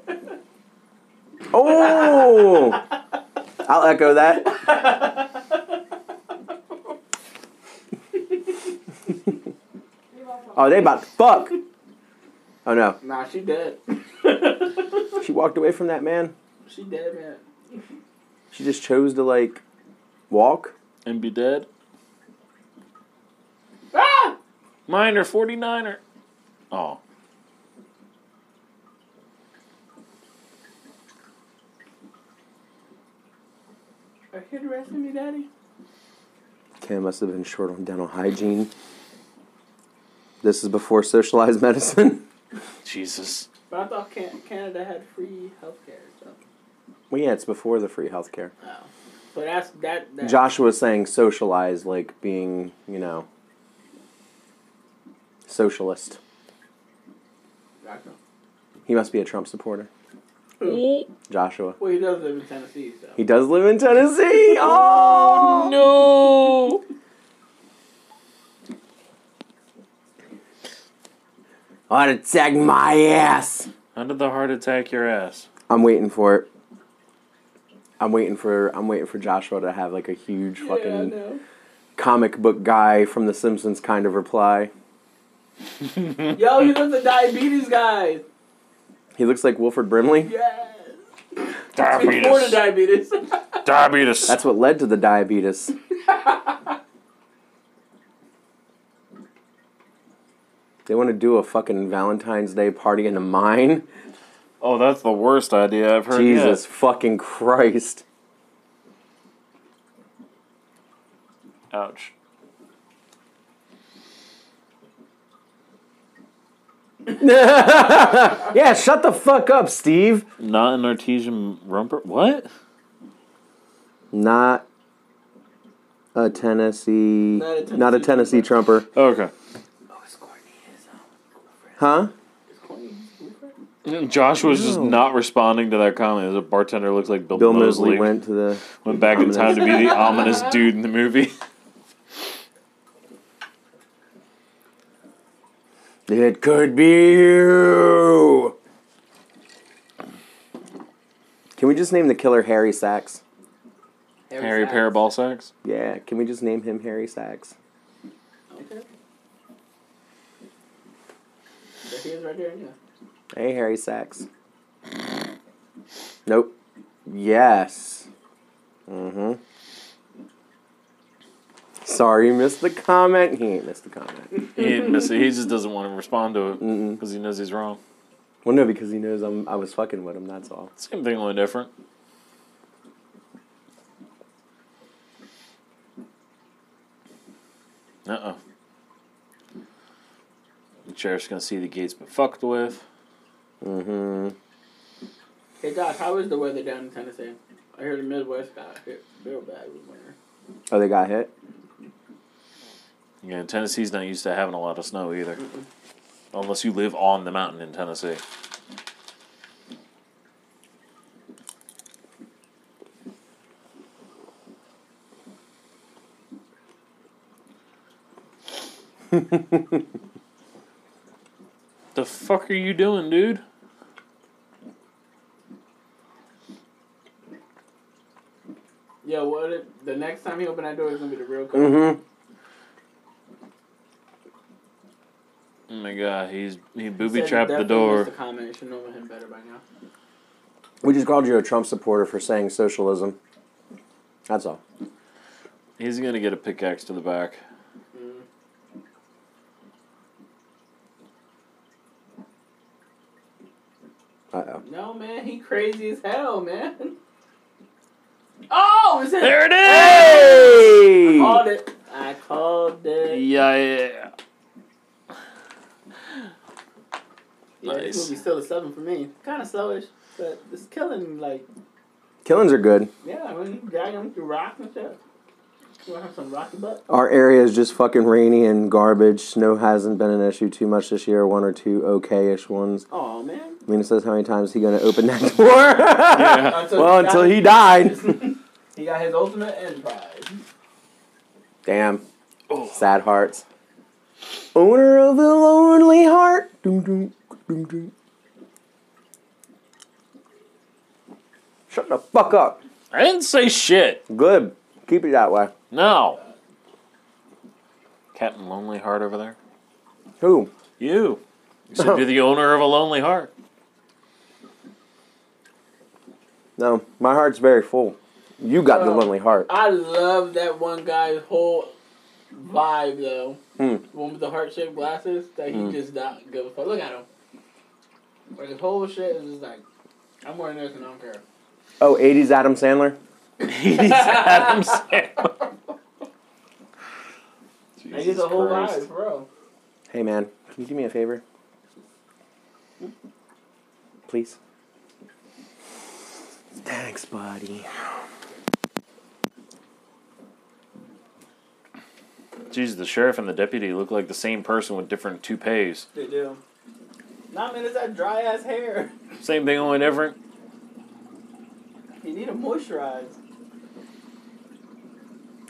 C: Oh!
B: Oh! I'll echo that. oh, they about to fuck. Oh no,
D: Nah, she dead.
B: she walked away from that man.
D: she dead, man.
B: She just chose to like walk.
C: and be dead.
D: Ah!
C: Minor 49er. Oh.
D: Are you arresting me, daddy?
B: Cam must have been short on dental hygiene. This is before socialized medicine.
C: Jesus.
D: But I thought Can- Canada had free healthcare. So.
B: well, yeah, it's before the free healthcare.
D: Oh. But that's that. that
B: Joshua's saying socialized, like being, you know, socialist.
D: Joshua.
B: He must be a Trump supporter. Joshua.
D: Well, he does live in Tennessee, so.
B: He does live in Tennessee. Oh
C: No!
B: I'd attack my ass.
C: How did the heart attack your ass?
B: I'm waiting for it. I'm waiting for I'm waiting for Joshua to have like a huge
D: Yeah, I
B: fucking
D: know.
B: comic book guy from The Simpsons kind of reply.
D: Yo, he was a diabetes guy.
B: He looks like Wilford Brimley.
D: Yes. Before the
C: Diabetes.
D: diabetes.
C: Diabetes.
B: That's what led to the diabetes. they want to do a fucking Valentine's Day party in the mine.
C: oh, that's the worst idea I've heard.
B: Jesus fucking Christ.
C: yet. Ouch.
B: Yeah, shut the fuck up, Steve.
C: Not an artesian rumper. What?
B: Not a Tennessee.
D: Not a Tennessee
B: Not a Tennessee trumper.
C: Okay.
D: oh, it's corny. It's, um,
B: Huh?
D: it's corny.
C: Josh was just not responding to that comment. The bartender looks like Bill,
B: Bill
C: Mosley.
B: Mosley went to the.
C: went back in time to be the ominous dude in the movie.
B: It could be you. Can we just name the killer Harry Sacks?
C: Harry pair of ball sacks.
B: Yeah, can we just name him Harry Sacks?
D: Okay. There he is right there. Yeah.
B: Hey, Harry Sacks. Nope. Yes. Mm-hmm. Sorry you missed the comment. He ain't missed the comment.
C: He didn't miss it. He just doesn't want to respond to it because he knows he's wrong.
B: Well, no, because he knows I'm, I was fucking with him, that's all.
C: Same thing, only different. Uh oh. The sheriff's gonna see the gates been fucked with.
B: Mm-hmm.
D: Hey, Josh, how is the weather down in Tennessee? I hear the Midwest got hit real bad with winter.
B: Oh, they got hit?
C: You know, Tennessee's not used to having a lot of snow either. Unless you live on the mountain in Tennessee.
B: Mm-hmm.
C: the the fuck are you doing, dude?
D: Yeah, what if the next time he open that door is gonna be the real code.
B: Mm-hmm.
C: Oh my god, he's he
D: He
C: booby
D: said he
C: trapped the
D: definitely
C: door.
D: missed The comment. I should know him better by now.
B: We just called you a Trump supporter for saying socialism. That's all.
C: He's gonna get a pickaxe to the back.
D: Mm.
B: Uh oh.
D: No man, he crazy as hell, man. Oh, is it?
C: There it is.
B: Hey!
D: Called it. I called it.
C: Yeah, yeah.
D: Yeah,
C: Nice.
D: this movie's still a seven for me. Kind of slowish, but it's killing. Like,
B: Killings are good.
D: yeah, when you drag him through rock and shit. You wanna have some rocky butt?
B: Our area is just fucking rainy and garbage. Snow hasn't been an issue too much this year. One or two okay-ish ones.
D: Oh man.
B: Lena says, "How many times he gonna open that door?"
C: yeah.
B: well, until he died.
D: He got his ultimate end prize.
B: Damn. Sad hearts. Owner of the lonely heart. Doom, doom, doom, doom. Shut the fuck up.
C: I didn't say shit.
B: Good. Keep it that way.
C: No. Captain Lonely Heart over there.
B: Who?
C: You. You said you're the owner of a lonely heart.
B: No, my heart's very full. You got the
D: Oh.
B: lonely heart.
D: I love that one guy's whole vibe though.
B: Hmm.
D: The one with the heart shaped glasses that he just not give a fuck. Look at him. Like his whole shit is just like, I'm wearing this and I don't care.
B: Oh, 80s Adam Sandler?
C: He's Adam Sandler.
D: Like it's a whole vibe, bro.
B: Hey, man, can you do me a favor? Please? Thanks, buddy.
C: Jeez, the sheriff and the deputy look like the same person with different toupees.
D: They do. Nah, man, it's that dry ass hair.
C: Same thing, only different.
D: You need to moisturize.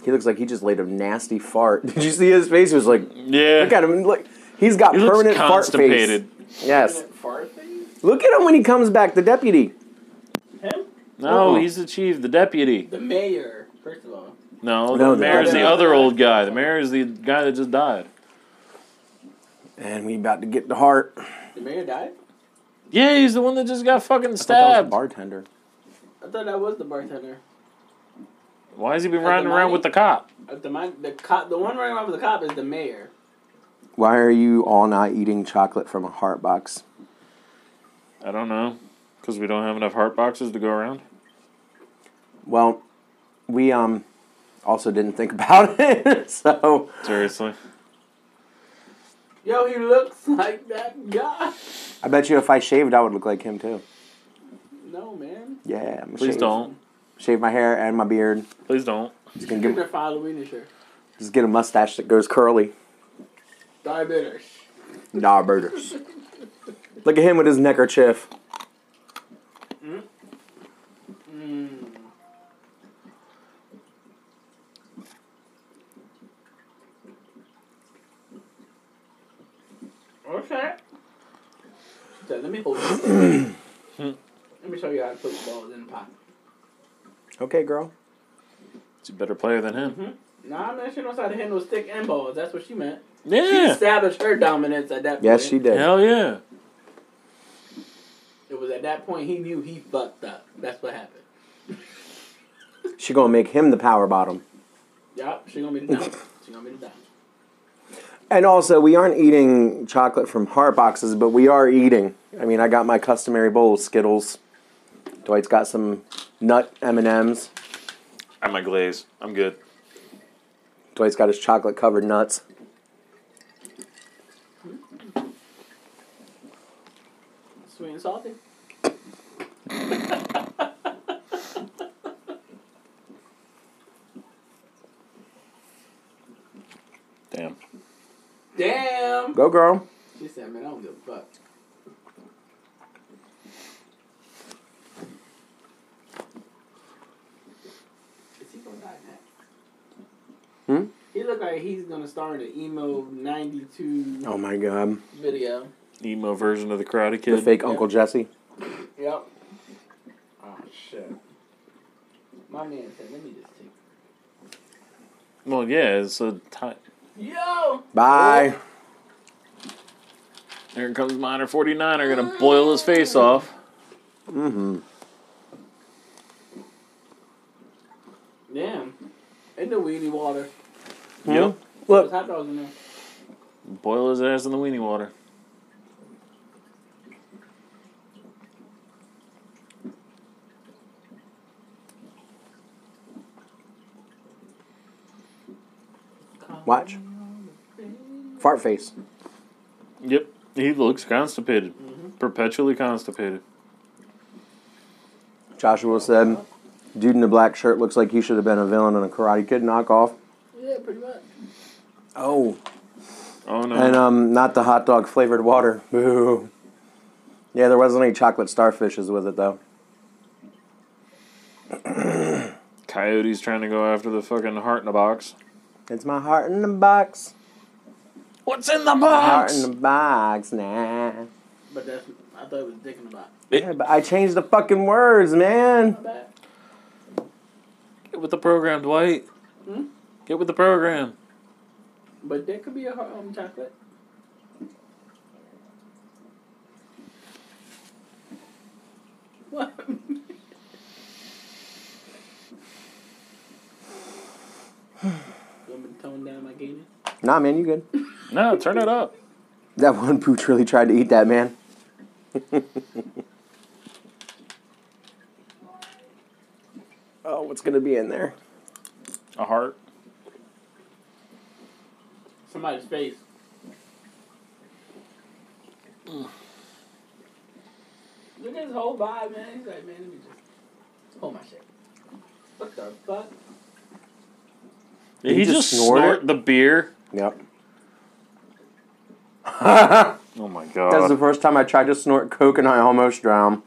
B: He looks like he just laid a nasty fart. Did you see his face? He was like,
C: Yeah.
B: Look at him. Look, he's got
C: he looks
B: permanent fart face.
C: constipated.
B: Yes.
D: Fart thing?
B: Look at him when he comes back. The deputy.
D: Him?
C: No,
B: Uh-uh.
C: he's the chief, the deputy.
D: The mayor, first of all.
C: No,
B: No,
C: the
B: the
C: mayor's the
D: deputy.
C: other old guy. The mayor is the guy that just died.
B: And we about to get the heart. I
D: The mayor died?
C: Yeah, he's the one that just got fucking
B: thought that was the
C: stabbed.
B: bartender.
D: I thought that was the bartender.
C: Why has he been
D: At the
C: riding around
D: mine?
C: with the cop?
D: Uh, The, man, the, cop, the one running around with the cop is the mayor.
B: Why are you all not eating chocolate from a heart box?
C: I don't know. Because we don't have enough heart boxes to go around?
B: Well, we um also didn't think about it. so
C: Seriously.
D: Yo, he looks like that guy.
B: I bet you if I shaved, I would look like him too.
D: No, man.
B: Yeah. I'm
C: Please don't.
B: shave my hair and my beard.
C: Please don't.
B: Just gonna
D: Give
B: get
D: their Halloween this year.
B: just get a mustache that goes curly.
D: Diabetes.
B: Nah, burgers. Look at him with his neckerchief.
D: Mm. Okay. So let me hold this. let me show you how to put the balls in the pot.
B: Okay, girl.
C: He's a better player than him.
D: Nah, man, she knows how to handle stick and balls. That's what she meant. She
C: Yeah.
D: established her dominance at that point.
B: Yes, she did.
C: Hell yeah.
D: It was at that point he knew he fucked up. That's what happened.
B: She gonna make him the power bottom.
D: Yup, she gonna be the dime. she gonna be the dime.
B: And also, we aren't eating chocolate from heart boxes, but we are eating. I mean, I got my customary bowl of Skittles. Dwight's got some nut M and M's.
C: I'm my glaze. I'm good.
B: Dwight's got his chocolate covered nuts.
D: Sweet and salty.
C: Damn.
D: Damn.
B: Go, girl.
D: She said, man, I don't give a fuck. Is he gonna die next?
B: Hmm?
D: He look like he's gonna star in the emo '92
B: Oh my god.
D: video.
C: emo version of the Karate Kid.
B: The fake Uncle Jesse.
D: Yep. Oh shit. My man said, "Let me just take."
C: Well, yeah, it's a time.
D: Yo.
B: Bye.
C: Here comes Miner 49 are going to boil his face off.
D: Damn. In the weenie water.
C: Yep.
D: There's
B: Look,
D: hot dogs in there.
C: Boil his ass in the weenie water.
B: watch. Fart face.
C: Yep. He looks constipated. Perpetually constipated.
B: Joshua said, "Dude in the black shirt looks like he should have been a villain in a Karate Kid knockoff."
D: Yeah, pretty much.
B: Oh,
C: Oh, no.
B: and um, not the hot dog flavored water. Boo. Yeah, there wasn't any chocolate starfishes with it though.
C: Coyote's trying to go after the fucking heart in the box.
B: It's my heart in the box.
C: What's in the
B: Heart
C: box?
B: in the box, nah.
D: But that's I thought it was dick in the box.
B: Yeah, but I changed the fucking words, man.
D: My bad.
C: Get with the program, Dwight.
D: Hmm?
C: Get with the program.
D: But there could be a hot um, chocolate. What? Want me to tone down my gayness?
B: Nah, man, you good.
C: No, turn it up.
B: That one pooch really tried to eat that, man. oh, what's gonna be in there?
C: A heart.
D: Somebody's face. Mm. Look at his whole vibe, man. He's like, man, let me just hold my shit. What the fuck?
C: Did he, just,
B: snort
C: snort
B: it?
C: the beer?
B: Yep.
C: Oh my
B: That's the
C: god.
B: first time I tried to snort coke and I almost drowned.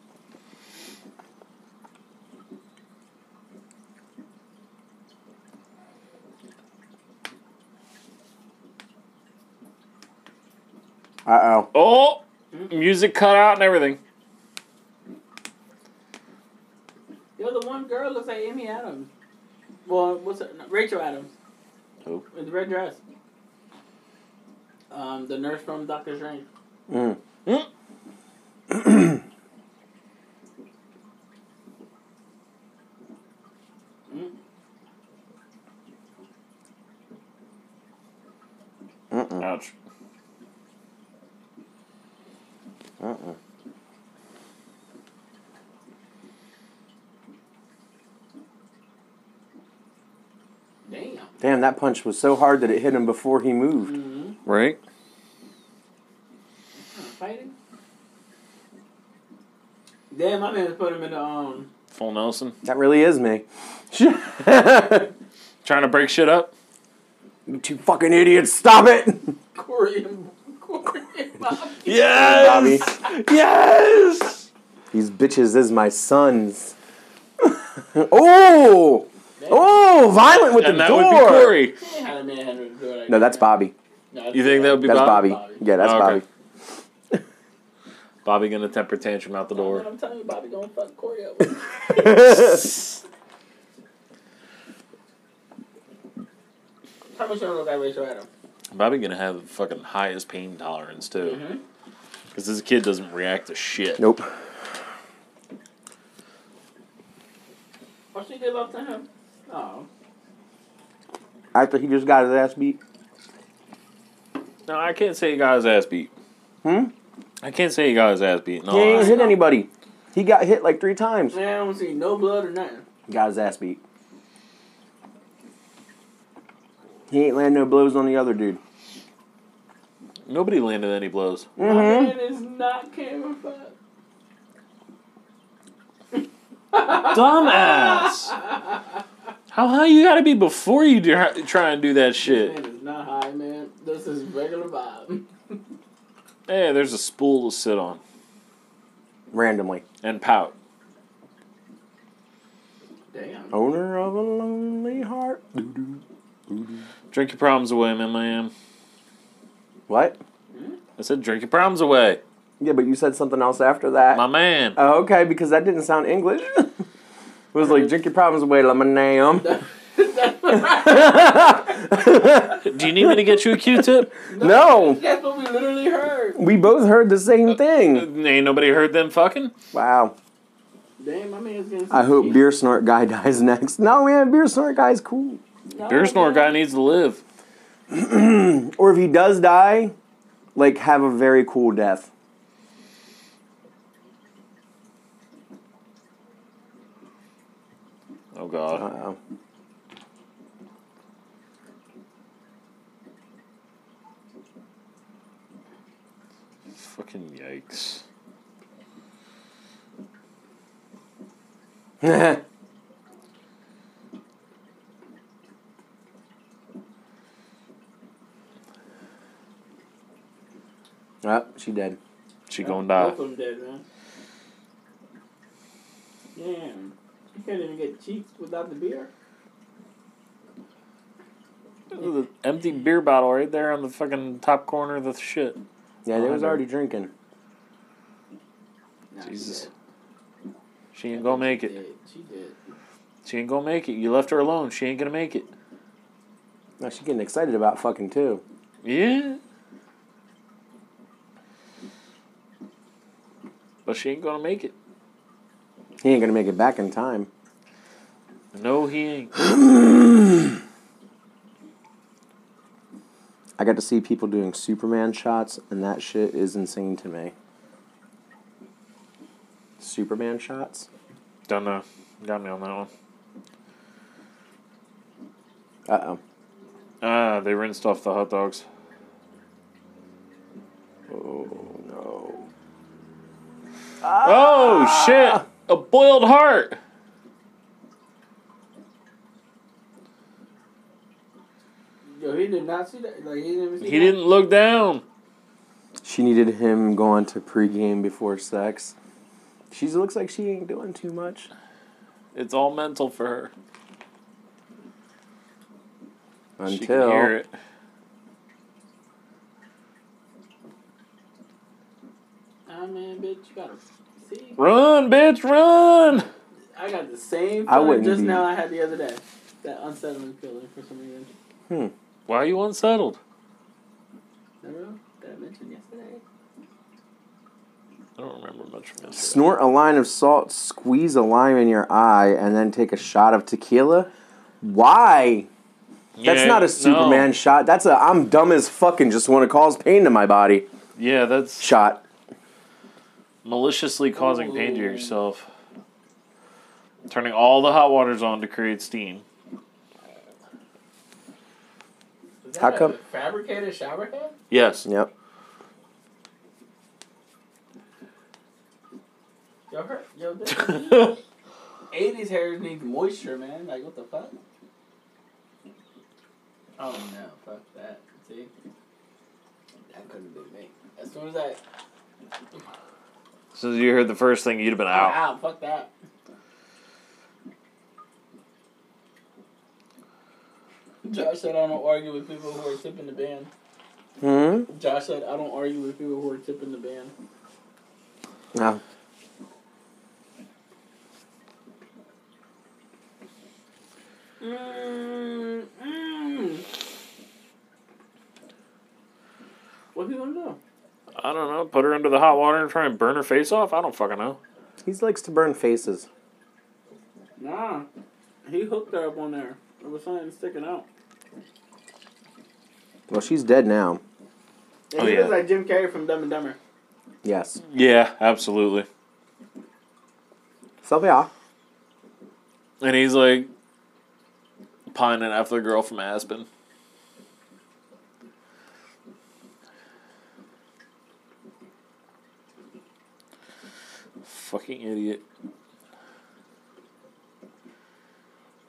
B: Uh oh.
C: oh! Music cut out and everything.
D: Yo, the one girl looks like Amy Adams. Well, what's her? no, Rachel Adams
C: Who?
D: with the red dress. Um, the nurse from Doctor Strange.
B: Mm.
C: Hmm?
D: Mm.
C: Ouch.
D: Damn.
B: Damn, that punch was so hard that it hit him before he moved.
C: Mm.
D: Mm-hmm.
C: Right?
D: Fighting. Damn, my man put him in the um.
C: Full Nelson.
B: That really is me.
C: Trying to break shit up?
B: you two fucking idiots, stop it!
D: Korean, Korean mafia.
B: Bobby,
C: Yes! Yes!
B: these bitches is my sons. oh! Oh, violent with
C: And
B: the
C: that
B: door!
C: would be Corey.
D: They had a man had a girl like
B: No, that's
D: that.
B: Bobby.
D: No, that's
C: You think that would be
B: That's
C: Bobby?
B: Bobby.
D: Bobby.
B: Yeah, that's
C: Oh, okay.
B: Bobby.
C: Bobby gonna temper tantrum out the
D: But
C: door.
D: I'm telling you, Bobby gonna fuck Corey up. With. How much you don't look like Rachel Adams?
C: Bobby gonna have the fucking highest pain tolerance
B: Mm-hmm.
C: too.
D: Mhm.
C: Because this kid doesn't react to shit.
B: Nope.
D: Oh, she gave up to him. Oh,
B: After he just got his ass beat.
C: No, I can't say he got his ass beat.
B: Hmm?
C: I can't say he got his ass beat. No,
B: He ain't
C: I,
B: hit anybody. He got hit like three times.
D: man, I don't see no blood or nothing.
B: Got his ass beat. He ain't land no blows on the other dude.
C: nobody landed any blows.
D: My
B: Mm-hmm.
D: man is not camera fuck.
C: Dumbass! How high you gotta be before you do, try and do that
D: This
C: shit?
D: man is not high, man. This is regular vibe.
C: Hey, there's a spool to sit on
B: Randomly.
C: and pout.
D: Damn.
B: Owner of a lonely heart.
C: Drink your problems away, man, man.
B: What?
C: I said, drink your problems away,
B: Yeah, but you said something else after that.
C: my man.
B: Oh, okay, because that didn't sound English. it was like drink your problems away, let me name.
C: Do you need me to get you a Q-tip?
B: No,
D: That's what we literally heard.
B: we both heard the same thing.
C: Ain't nobody heard them fucking.
B: Wow.
D: Damn, my man's getting.
B: I hope beer snort guy dies next. No, man, beer snort guy's cool.
D: No,
C: Beer snore guy needs to live.
B: Or if he does die, like have a very cool death.
C: Oh God.
B: Uh-oh.
C: Fucking yikes.
B: Oh, oh, she dead.
C: She gonna die.
D: Both of them dead, man. Damn. You can't even get cheeks without the beer.
C: The empty beer bottle right there on the fucking top corner of the shit.
B: Yeah, they was
C: Behind her.
B: already drinking.
D: Nah, she
C: Jesus.
D: dead.
C: She ain't gonna make it.
D: Dead. She did.
C: She ain't gonna make it. You left her alone. She ain't gonna make it.
B: No, she getting excited about fucking too.
C: Yeah. But she ain't gonna make it.
B: He ain't gonna make it back in time.
C: No, he ain't.
B: I got to see people doing Superman shots, and that shit is insane to me. Superman shots?
C: Don't know. Got me on that one.
B: Uh oh.
C: Ah, they rinsed off the hot dogs.
B: Oh no.
C: Oh shit! A boiled heart.
D: Yo, he did not see that. Like he didn't even see
C: He
D: that.
C: didn't look down.
B: She needed him going to pregame before sex. She looks like she ain't doing too much.
C: It's all mental for her.
B: Until
C: she can hear it.
D: Ah man, bitch, you gotta see.
C: Run, bitch, run!
D: I got the same.
B: I
D: feeling
B: wouldn't
D: just
B: be-
D: now. I had the other day. That unsettling feeling for some reason.
C: Why are you unsettled?
D: Remember that I mentioned yesterday?
C: I don't remember much from this.
B: Snort a line of salt, squeeze a lime in your eye, and then take a shot of tequila? Why? That's
C: Yeah,
B: not
C: no.
B: a Superman shot. That's a I'm dumb as fucking, just want to cause pain to my body
C: Yeah, that's
B: shot.
C: maliciously causing pain to yourself. Turning all the hot waters on to create steam.
D: Is that
B: How
D: a
B: come-
D: Fabricated shower head?
C: Yes.
B: Yep.
D: Yo, her, yo, this eighties hairs need moisture, man. Like what the fuck? Oh no, fuck that. See, that couldn't be me. As soon as I
C: So you heard the first thing, you'd have been out.
D: ow, fuck that. Josh said I don't argue with people who are tipping the band.
B: Hmm?
D: Josh said I don't argue with people who are tipping the band.
B: No.
D: Mm,
C: Mm-hmm.
D: mm. What are you gonna do?
C: I don't know. Put her under the hot water and try and burn her face off? I don't fucking know.
B: He likes to burn faces.
D: Nah, he hooked her up on there. There was something sticking out.
B: Well, she's dead now.
D: And
C: Oh,
D: he
C: yeah.
D: looks like Jim Carrey from Dumb and Dumber.
B: Yes.
C: Yeah, absolutely.
B: Sylvia.
C: And he's like pining after the girl from Aspen. Fucking idiot.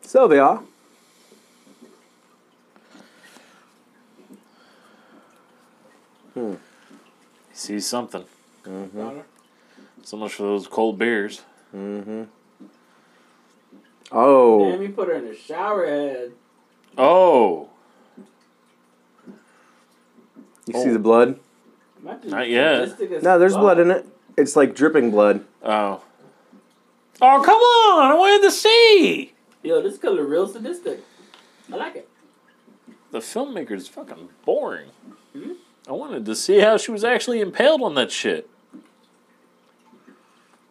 B: Sylvia.
C: He sees something. Mm-hmm.
D: Daughter.
C: So much for those cold beers.
D: Damn,
B: Mm-hmm. Oh.
D: he put her in the shower head.
C: Oh, Oh.
B: You see the blood?
D: Man, That dude's
C: Not yet.
D: sadistic as
B: No, there's
D: fuck.
B: blood in it. It's like dripping blood.
C: Oh. Oh, come on! I wanted to see!
D: Yo, this color real sadistic. I like it.
C: The filmmaker's fucking boring. I wanted to see how she was actually impaled on that shit.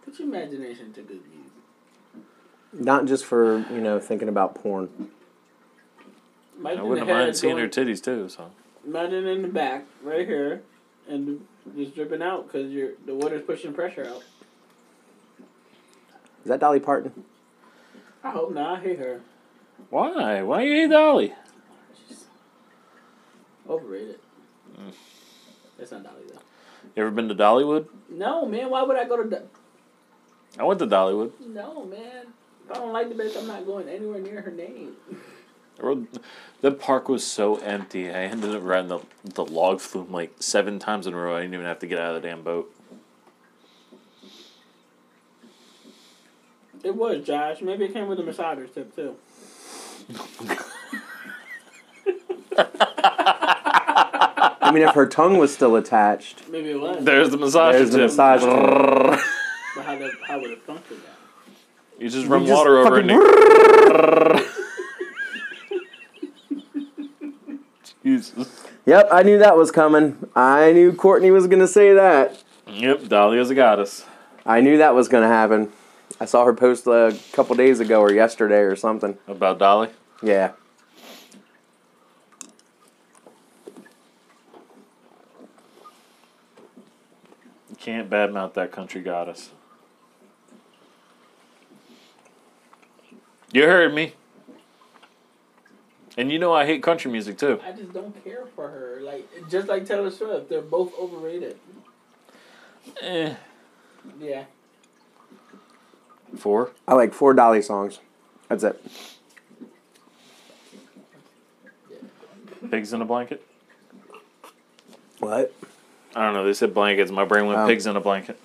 D: Put your imagination to good use.
B: Not just for you know thinking about porn.
C: I wouldn't mind seeing her titties too, so.
D: Imagine in the back, right here, and just dripping out because you're the water's pushing pressure out.
B: Is that Dolly Parton?
D: I hope not. I hate her.
C: Why? Why you hate Dolly?
D: She's overrated.
C: Mm.
D: That's not Dolly though.
C: You ever been to Dollywood?
D: No man, why would I go to? Do-
C: I went to Dollywood.
D: no man, if I don't like the bitch, I'm not going anywhere near her name.
C: I rode, the park was so empty. I ended up riding the, the log flume like seven times in a row. I didn't even have to get out of the damn boat.
D: It was Josh. Maybe it came with a massager tip too.
B: I mean, if her tongue was still attached,
D: Maybe it was.
C: There's the massage.
B: there's the
C: tip.
B: massage. tip.
D: But how, the, how would it function now?
C: You just run
B: just
C: water over it.
B: fucking
C: and it- Jesus.
B: Yep, I knew that was coming. I knew Courtney was gonna say that.
C: Yep, Dolly is a goddess.
B: I knew that was gonna happen. I saw her post a couple days ago or yesterday or something.
C: About Dolly?
B: Yeah.
C: You can't badmouth that country goddess. You heard me. And you know I hate country music too.
D: I just don't care for her. Like just like Taylor Swift, they're both overrated.
C: Eh.
D: Yeah.
C: Four?
B: I like four Dolly songs. That's it.
C: Pigs in a blanket?
B: What?
C: I don't know. They said blankets. My brain went
B: Oh.
C: pigs in a blanket.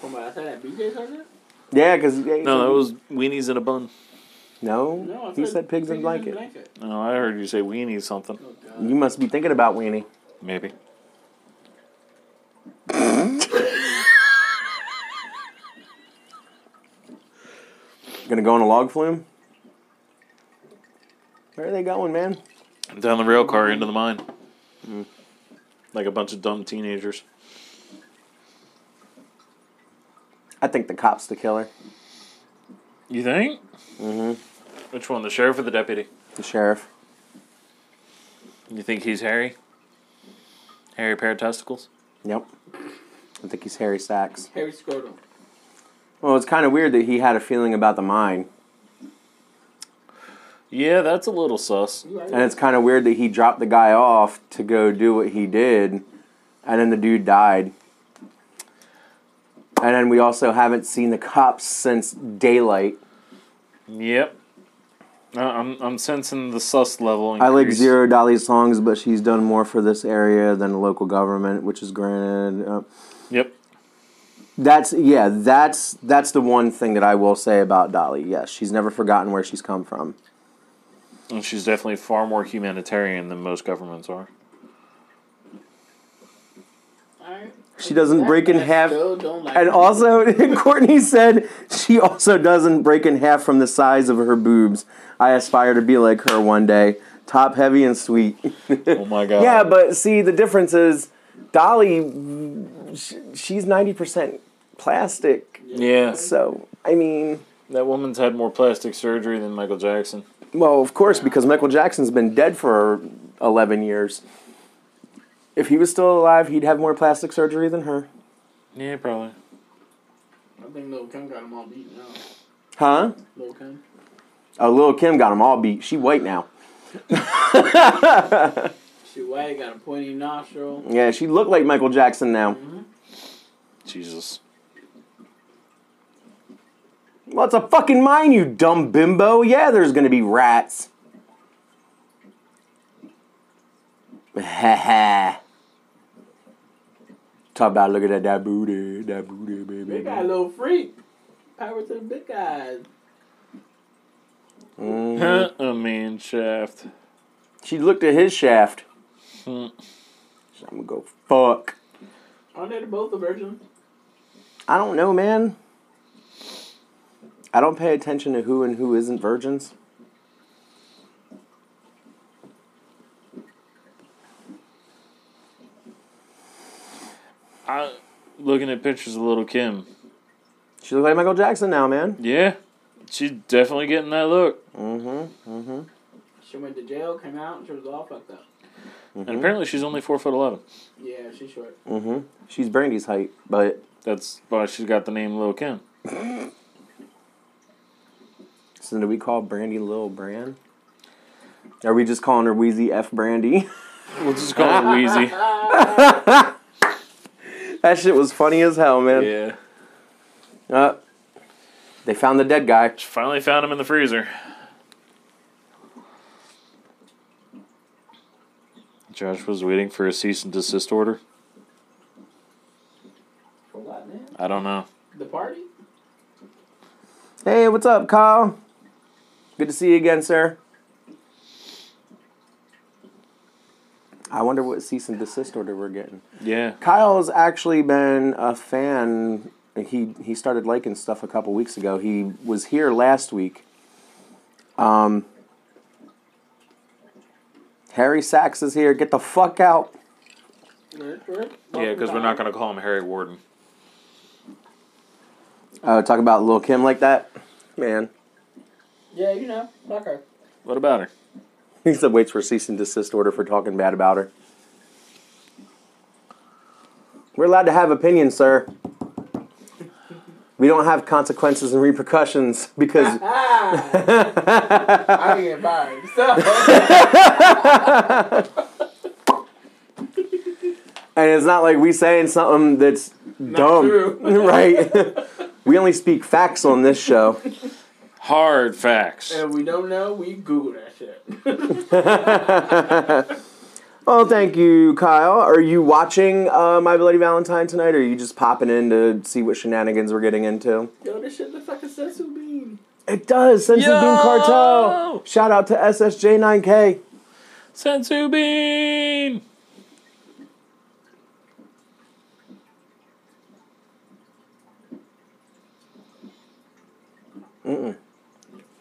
D: Come on, I said that BJ's on it.
B: Yeah, because
C: No, that was weenies in a bun.
B: no.
D: No, I
B: he said pigs in blanket.
C: No, I heard you say weenies something.
D: Oh, God.
B: You must be thinking about Weenie.
C: Maybe.
B: Gonna go on a log flume. Where are they going, man?
C: Down the rail car into the mine. Like a bunch of dumb teenagers.
B: I think the cop's the killer.
C: You think? Mm-hmm. Which one, the sheriff or the deputy?
B: The sheriff.
C: You think he's Harry? Harry pair of testicles?
B: Yep. I think he's Harry Sacks.
D: Harry Scrotum.
B: Well, it's kind of weird that he had a feeling about the mine,
C: Yeah, that's a little sus.
D: You right.
B: and it's kind of weird that he dropped the guy off to go do what he did, and then the dude died. And then we also haven't seen the cops since daylight.
C: Yep. Uh, I'm, I'm sensing the sus level.
B: I like
C: increase.
B: Zero Dolly songs, but she's done more for this area than the local government, which is granted. Uh,
C: Yep.
B: That's yeah. That's that's the one thing that I will say about Dolly. Yes, she's never forgotten where she's come from.
C: And she's definitely far more humanitarian than most governments are.
D: Alright.
B: She doesn't
D: That
B: break in
D: guy
B: half.
D: Still don't like
B: And
D: her.
B: also, Courtney said she also doesn't break in half from the size of her boobs. I aspire to be like her one day. Top heavy and sweet.
C: Oh my god.
B: yeah, but see, the difference is Dolly, sh- she's 90% plastic.
C: Yeah.
B: So, I mean,
C: That woman's had more plastic surgery than Michael Jackson.
B: Well, of course, because Michael Jackson's been dead for 11 years. If he was still alive, he'd have more plastic surgery than her.
C: Yeah, probably.
D: I think Lil Kim got him all beat now.
B: Huh?
D: Lil Kim.
B: Oh, Lil Kim got them all beat. She white now.
D: She white, got a pointy nostril.
B: Yeah, she looked like Michael Jackson now.
C: Jesus.
B: Well, it's a fucking mine, you dumb bimbo. Yeah, there's gonna be rats. Talk about look at that, that booty, that booty,
D: Big
B: baby.
D: guy, little freak. Power to the big guys.
C: A man shaft.
B: She looked at his shaft. I'm gonna go fuck.
D: Aren't they both a virgin?
B: I don't know, man. I don't pay attention to who and who isn't virgins.
C: I looking at pictures of little Kim.
B: She looks like Michael Jackson now, man.
C: Yeah, she's definitely getting that look.
B: Mm-hmm. Mm-hmm.
D: She went to jail, came out, and she was all fucked up.
C: And apparently, she's only four foot eleven.
D: Yeah, she's short.
B: Mm-hmm. She's Brandy's height, but
C: That's why she's got the name Lil Kim.
B: so do we call Brandy Lil Brand? Are we just calling her Wheezy F Brandy?
C: We'll just call her Wheezy.
B: that shit was funny as hell, man.
C: Yeah.
B: Uh, they found the dead guy.
C: Finally found him in the freezer. Josh was waiting for a cease and desist order.
D: For what, man?
C: I don't know.
D: The party?
B: Hey, what's up, Kyle? Good to see you again, sir. I wonder what cease and desist order we're getting.
C: Yeah.
B: Kyle's actually been a fan. He he started liking stuff a couple weeks ago. He was here last week. Um, Harry Sachs is here. Get the fuck out.
C: Yeah, because we're not going to call him Harry Warden.
B: Uh, talk about Lil Kim like that, man.
D: Yeah, you know, fuck her.
C: What about her?
B: He said waits for cease and desist order for talking bad about her. We're allowed to have opinions, sir. We don't have consequences and repercussions because
D: Ah, I can get fired. So,
B: And it's not like we saying something that's dumb,
D: true.
B: right? we only speak facts on this show.
C: Hard facts.
D: if we don't know, we Google that shit.
B: Well, thank you, Kyle. Are you watching uh, My Bloody Valentine tonight, or are you just popping in to see what shenanigans we're getting into?
D: Yo, this shit looks like a sensu bean.
B: It does. Senzu Bean
C: Yo!
B: Cartel. Shout out to SSJ9K.
C: Sensu Bean!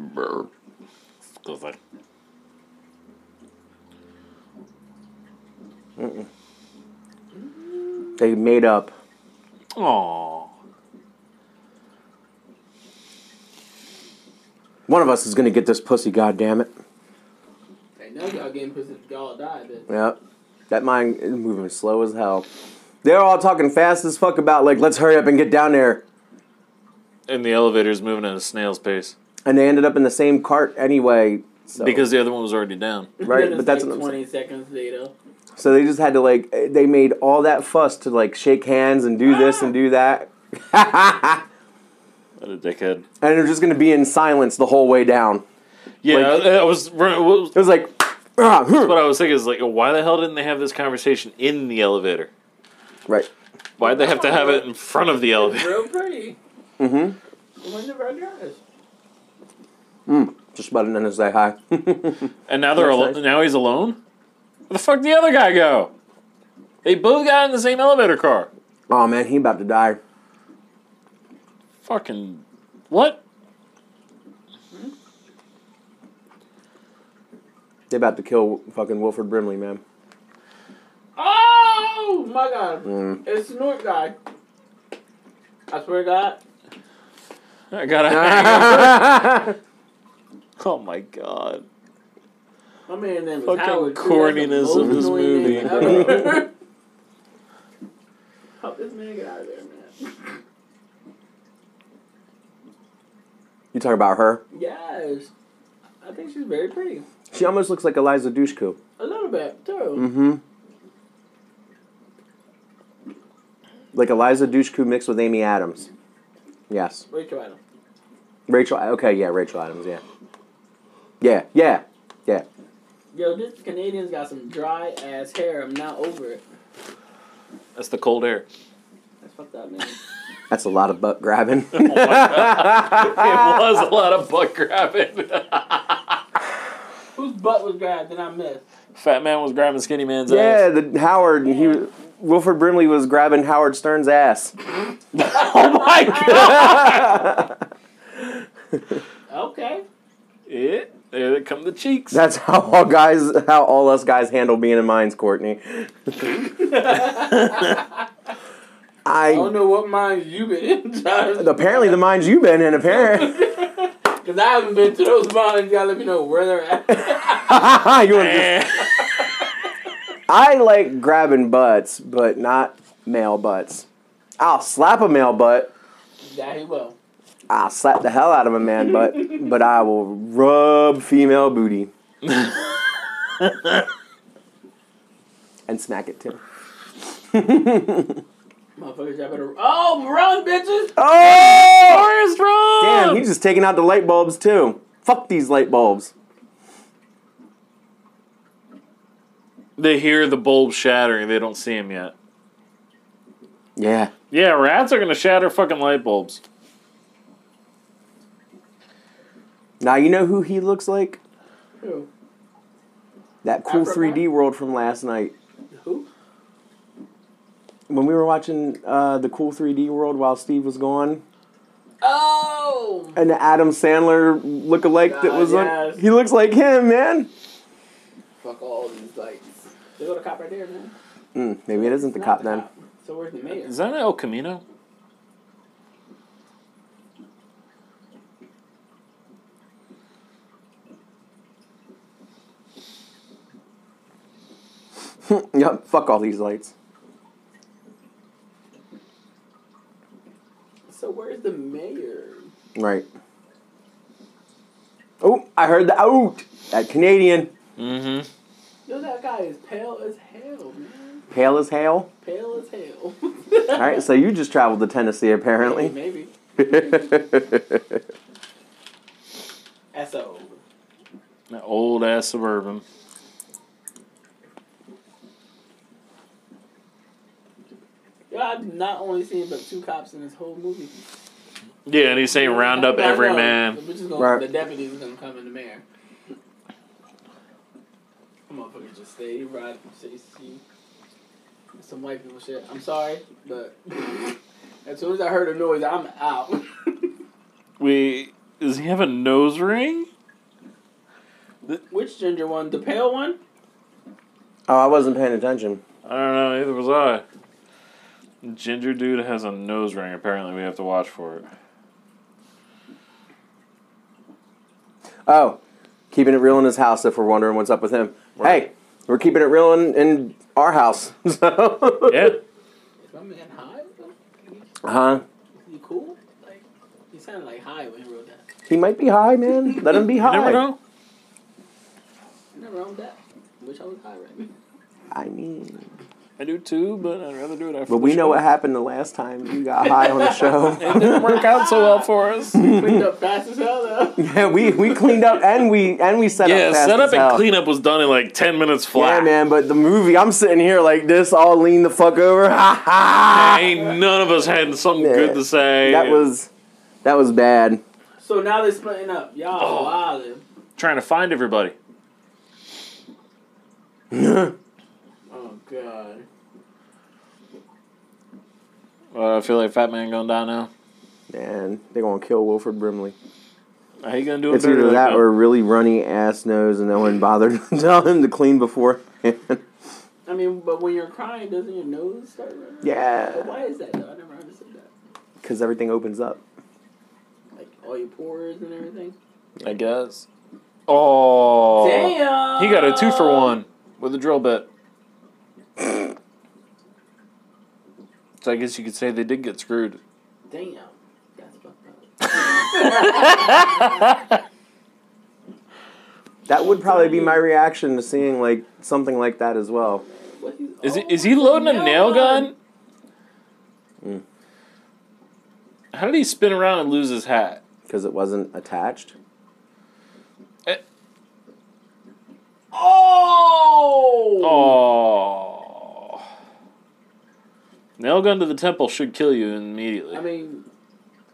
C: Mm-mm. Excuse me.
B: They made up.
C: Aww.
B: One of us is gonna get this pussy. God damn it.
D: They know y'all getting pissed if y'all die, bitch.
B: Yep. That mind is moving slow as hell. They're all talking fast as fuck about like, let's hurry up and get down there.
C: And the elevator's moving at a snail's pace.
B: and they ended up in the same cart anyway. So,
C: Because the other one was already down.
B: right,
D: Then
B: but
D: it's
B: that's
D: like
B: what I'm
D: 20
B: saying.
D: seconds later.
B: So they just had to like eh, they made all that fuss to like shake hands and do this and do that,
C: What a dickhead.
B: and they're just gonna be in silence the whole way down.
C: Yeah,
B: Like-
C: I, I was, what was.
B: It was like, ah, hmm.
C: What I was thinking is like, why the hell didn't they have this conversation in the elevator?
B: right?
C: Why'd they have to have it in front of the elevator?
D: Real pretty.
B: Mm-hmm.
D: The window very nice.
B: Mm. Just about to say hi.
C: And now they're
B: That's
C: alo- now he's alone. Where the fuck did the other guy go? They both got in the same elevator car.
B: oh man, he about to die.
C: Fucking what?
B: They about to kill fucking Wilford Brimley, man.
D: Oh my god.
B: Mm.
D: It's Snort Guy. I swear to God.
C: I got a. oh my god.
D: My man's name is
C: Fucking
D: Howard. too.
C: corniness
D: That's the
C: of
D: most
C: this
D: annoying
C: movie,
D: name
C: bro.
D: ever. Help this man get out of there, man.
B: You talk about her?
D: Yes. I think she's very pretty.
B: She almost looks like Eliza Dushku.
D: A little bit, too.
B: Mm-hmm. Like Eliza Dushku mixed with Amy Adams. Yes.
C: Mm.
D: Rachel Adams.
B: Rachel. Okay, yeah, Rachel Adams. Yeah, yeah, yeah, yeah.
D: Yo, this Canadian's got some dry ass hair. I'm not over it.
C: That's the cold air.
D: That's fucked up, man.
B: That's a lot of butt grabbing.
C: It was a lot of butt grabbing.
D: Whose butt was grabbed that I missed?
C: Fat man was grabbing skinny man's
B: yeah,
C: ass.
B: the Howard. He was Wilford Brimley was grabbing Howard Stern's ass.
C: Oh my god!
D: Okay.
C: it, there come the cheeks.
B: That's how all guys, how all us guys handle being in mines, Courtney. I
D: I don't know what mines you've been in, Josh.
B: apparently the mines you've been in. Apparently,
D: Because I haven't been to those mines. You gotta let me know where they're at.
B: you were just-
C: Eh.
B: I like grabbing butts, but not male butts. I'll slap a male butt.
D: yeah, he will.
B: I'll slap the hell out of a man butt, but I will rub female booty and smack it too.
D: Motherfuckers, y'all better. Oh, run, bitches!
B: Oh!
C: Forrest, run!
B: Damn, he's just taking out the light bulbs too. Fuck these light bulbs.
C: They hear the bulb shattering. They don't see him yet.
B: Yeah.
C: Yeah, rats are gonna shatter fucking light bulbs.
B: Now you know who he looks like?
D: Who?
B: That cool
D: Afro
B: 3D world from last night.
D: Who?
B: When we were watching uh, the cool 3D world while Steve was gone,
D: Oh!
B: an Adam Sandler look-alike that
D: God,
B: was
D: Uh, yes.
B: on, he looks like him, man.
D: Fuck all these lights. They got a cop right there, man.
B: Mm, maybe it isn't the
D: Not
B: cop
D: the
B: then.
D: cop. So where's the mayor?
C: Is that an El Camino?
B: Yep, fuck all these lights.
D: Uh, So where's the mayor?
B: Right. Oh, I heard the out. That Canadian,
C: Mm-hmm.
D: Yo, that guy is pale as hell, man.
B: pale as hell.
D: Pale as hell.
B: All right, so you just traveled to Tennessee apparently.
D: Maybe. S.O.
C: That old ass suburban.
D: Yo, I've not only seen but two cops in this whole movie.
C: Yeah, and he's saying round up
D: I
C: every
D: know.
C: man.
D: We're just gonna-
B: Right.
D: The deputies are gonna come in the mayor. Motherfuckers just stay right from city to city. Some white people shit. I'm sorry, but as soon as I heard a noise, I'm out.
C: Wait, does he have a nose ring?
D: Which ginger one? The pale one?
B: Oh, I wasn't paying attention.
C: I don't know. Neither was I. Ginger dude has a nose ring. Apparently, we have to watch for it.
B: Oh, keeping it real in his house. If we're wondering what's up with him, hey, we're keeping it real in, in our house. So,
C: Yeah.
D: Is my man high? or something?
B: huh?
D: Is he cool? Like he sounded like high when he wrote that.
B: He might be high, man. Let him be
C: You
B: high.
C: never know.
D: I never owned that. Wish I was high right now.
B: I mean,
C: I do too, but I'd rather do it after.
B: but
C: the
B: we know
C: show.
B: what happened the last time you got high on the show.
C: It didn't work out so well for us.
D: Cleaned up fast as hell though.
B: yeah, we we cleaned up and we and we set
C: Yeah,
B: up. fast
C: setup
B: as hell.
C: and cleanup was done in like ten minutes flat.
B: Yeah, man, but the movie, I'm sitting here like this, all lean the fuck over. Ha ha!
C: Ain't none of us had something
B: Yeah.
C: good to say.
B: That was that was bad.
D: So now they're splitting up. Y'all
C: Oh.
D: wildin'.
C: trying to find everybody.
D: Oh god.
C: Well, Uh, I feel like Fat Man going down now.
B: Man, they're gonna kill Wilford Brimley.
C: How you gonna do it?
B: It's either
C: like
B: that or a really runny ass nose, and no one bothered to tell him to clean before.
D: I mean, but when you're crying, doesn't your nose start running? But
B: yeah,
D: Why is that though? I never understood that.
B: because everything opens up.
D: Like all your pores and everything.
C: I guess. Oh,
D: Damn.
C: he got a two for one with a drill bit. so I guess you could say they did get screwed.
D: Damn. That's fucked up.
B: That would probably be my reaction to seeing like something like that as well.
D: What he's-
C: Is he,
D: oh,
C: is he loading a nail gun?
B: Mm.
C: How did he spin around and lose his hat?
B: Because it wasn't attached.
C: Eh,
D: Oh.
C: Oh. Nail gun to the temple should kill you immediately.
D: I mean,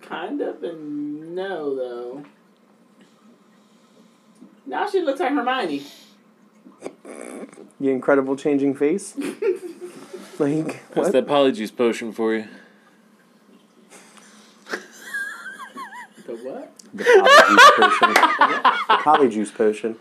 D: kind of, and no though. Now she looks like Hermione.
B: The incredible changing face. Like
C: That's
B: what?
C: that polyjuice potion for you.
D: The what?
B: The polyjuice potion. the polyjuice potion.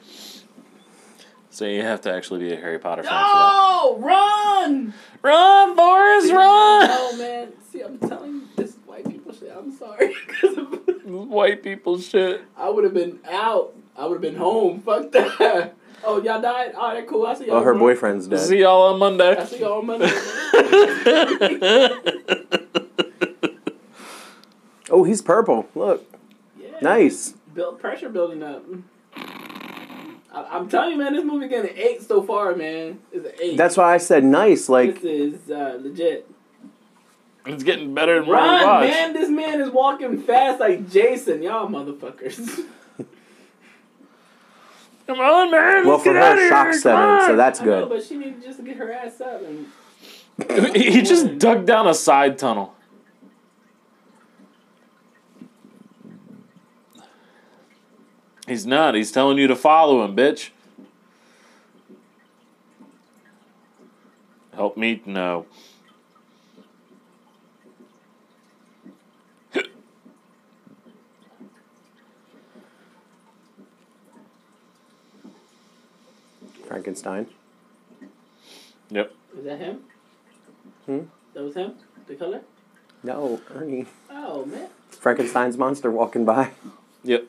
C: So you have to actually be a Harry Potter fan
D: No! Run!
C: for that. Run, Boris, run!
D: No, Oh, man. See, I'm telling you, this white people shit. I'm sorry. 'Cause of-
C: White people shit.
D: I would have been out. I would have been home. Fuck that. Oh, y'all died? All right, cool. I Uh-huh. see y'all.
B: Oh, her
D: tomorrow.
B: boyfriend's
C: See
B: dead.
C: y'all on Monday.
D: I see y'all on Monday.
B: Oh, he's purple. Look,
D: yeah.
B: nice.
D: Built pressure building up. I, I'm telling you, man, this movie getting an eight so far, man. It's an eight.
B: That's why I said nice. Like
D: this is uh, legit.
C: It's getting better and more
D: Run,
C: watch.
D: man! This man is walking fast like Jason, y'all motherfuckers.
C: Come on, man.
B: well,
C: let's
B: for
C: get outta
B: her,
C: here,
B: shock
C: come
B: seven. So
C: on.
B: that's
D: I know,
B: good.
D: but she needs just to get her ass up and
C: he he just dug down a side tunnel. He's not. He's telling you to follow him, bitch. Help me? No.
B: Frankenstein.
C: Yep.
D: Is that him?
B: Hmm?
D: That was him? The color?
B: No, Ernie.
D: Oh, man.
B: Frankenstein's monster walking by.
C: Yep.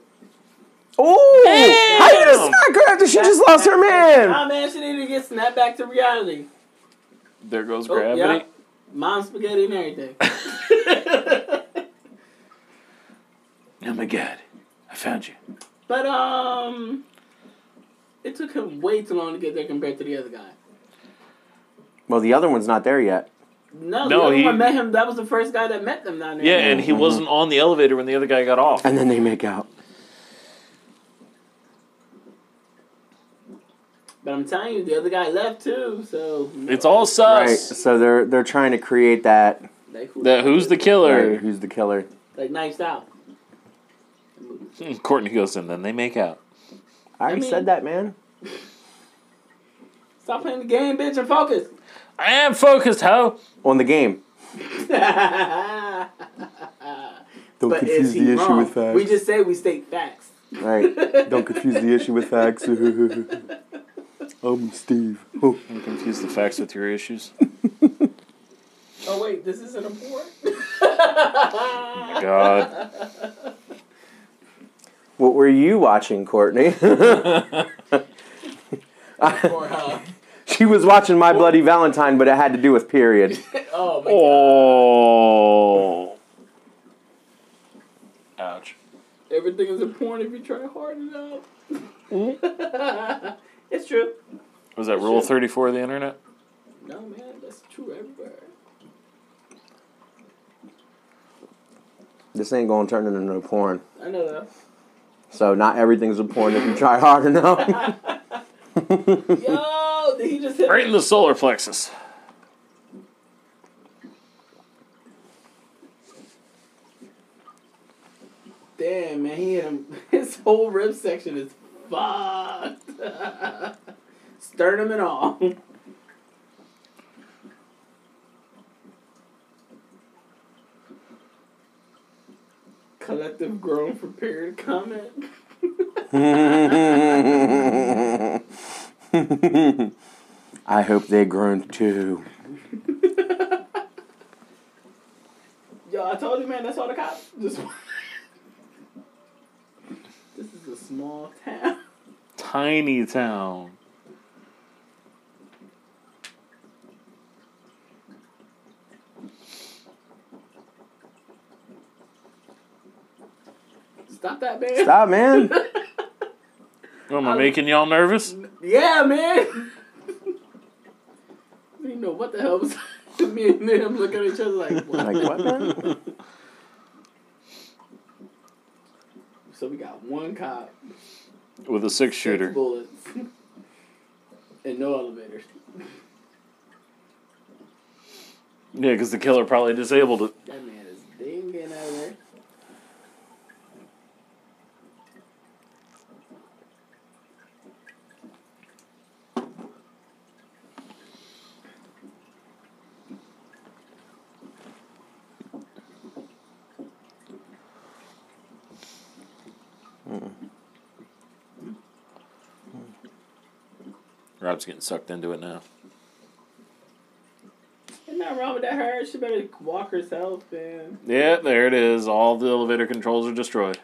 B: Oh! How you just
C: Damn!
B: smack her after she just lost her man?
D: Nah, man, she needed to get snapped back to reality.
C: There goes
D: Oh,
C: gravity.
D: yeah. Mom spaghetti and everything.
C: Oh my god. I found you.
D: but, um, it took him way too long to get there compared to the other guy.
B: Well, the other one's not there yet.
D: No,
C: No,
D: the other
C: he-
D: one met him. That was the first guy that met them down there.
C: Yeah, and he wasn't on the elevator when the other guy got off.
B: And then they make out.
D: But I'm telling you, the other guy left too, so.
C: It's all
B: Right.
C: sus.
B: So they're they're trying to create that
D: Like, who
C: That who's the
B: right,
C: killer?
B: who's the killer.
D: Like, knifes out.
C: Courtney goes in, then they make out.
B: I already
D: mean-
B: said that, man.
D: Stop playing the game, bitch, and focus.
C: I am focused, ho.
B: On the game. Don't
D: but is he wrong? We just say we state facts.
B: right. Don't confuse the issue with facts. I'm Steve. Oh.
C: You confuse the facts with your issues.
D: Oh wait, this isn't a board.
C: God.
B: What were you watching, Courtney?
D: or, uh,
B: she was watching My Bloody Valentine, but it had to do with period.
D: oh my god!
C: Oh. Ouch.
D: Everything is a porn if you try hard enough. it's true.
C: Was that rule 34 of the internet?
D: No man, that's true everywhere.
B: This ain't gonna turn into a porn.
D: I know that.
B: So not everything's a porn if you try hard enough.
D: Yo, did he just hit?
C: Right in the solar plexus.
D: Damn man, he hit him. His whole rib section is fucked. Sternum and all. Collective groan for period comment.
B: I hope they grown too.
D: Yo, I told you, man, that's all the cops. Just this is a small town.
C: Tiny town.
D: Stop that, man.
B: Stop, man.
C: Oh, am I making y'all nervous?
D: Yeah, man. you know what the hell was me and him looking at each other like, what?
B: Like what? Man?
D: So we got one cop,
C: With a six
D: six
C: shooter.
D: bullets, and no elevators.
C: Yeah, because the killer probably disabled it.
D: That man is dinging out of there.
C: Rob's getting sucked into it now.
D: There's nothing wrong with that. Her, she better walk herself and
C: Yeah, there it is. All the elevator controls are destroyed.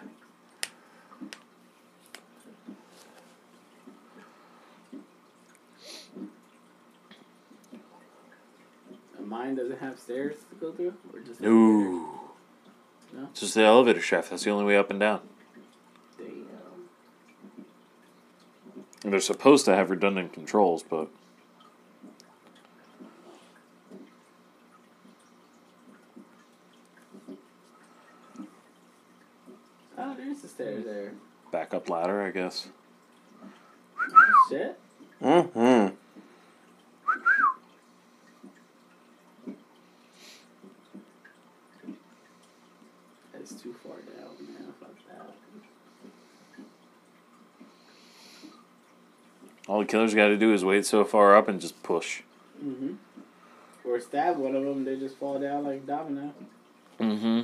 D: and mine doesn't have stairs to go through. Or just
C: No.
D: No?
C: It's just the elevator shaft. That's the only way up and down.
D: Damn.
C: And they're supposed to have redundant controls, but
D: Oh, there's a stair there.
C: backup ladder, I guess.
D: Shit.
B: Mm-hmm.
D: That's too far down, man. Fuck that.
C: All the killer's got to do is wait so far up and just push.
D: Mm-hmm. Or stab one of them, they just fall down like domino.
C: Mm-hmm.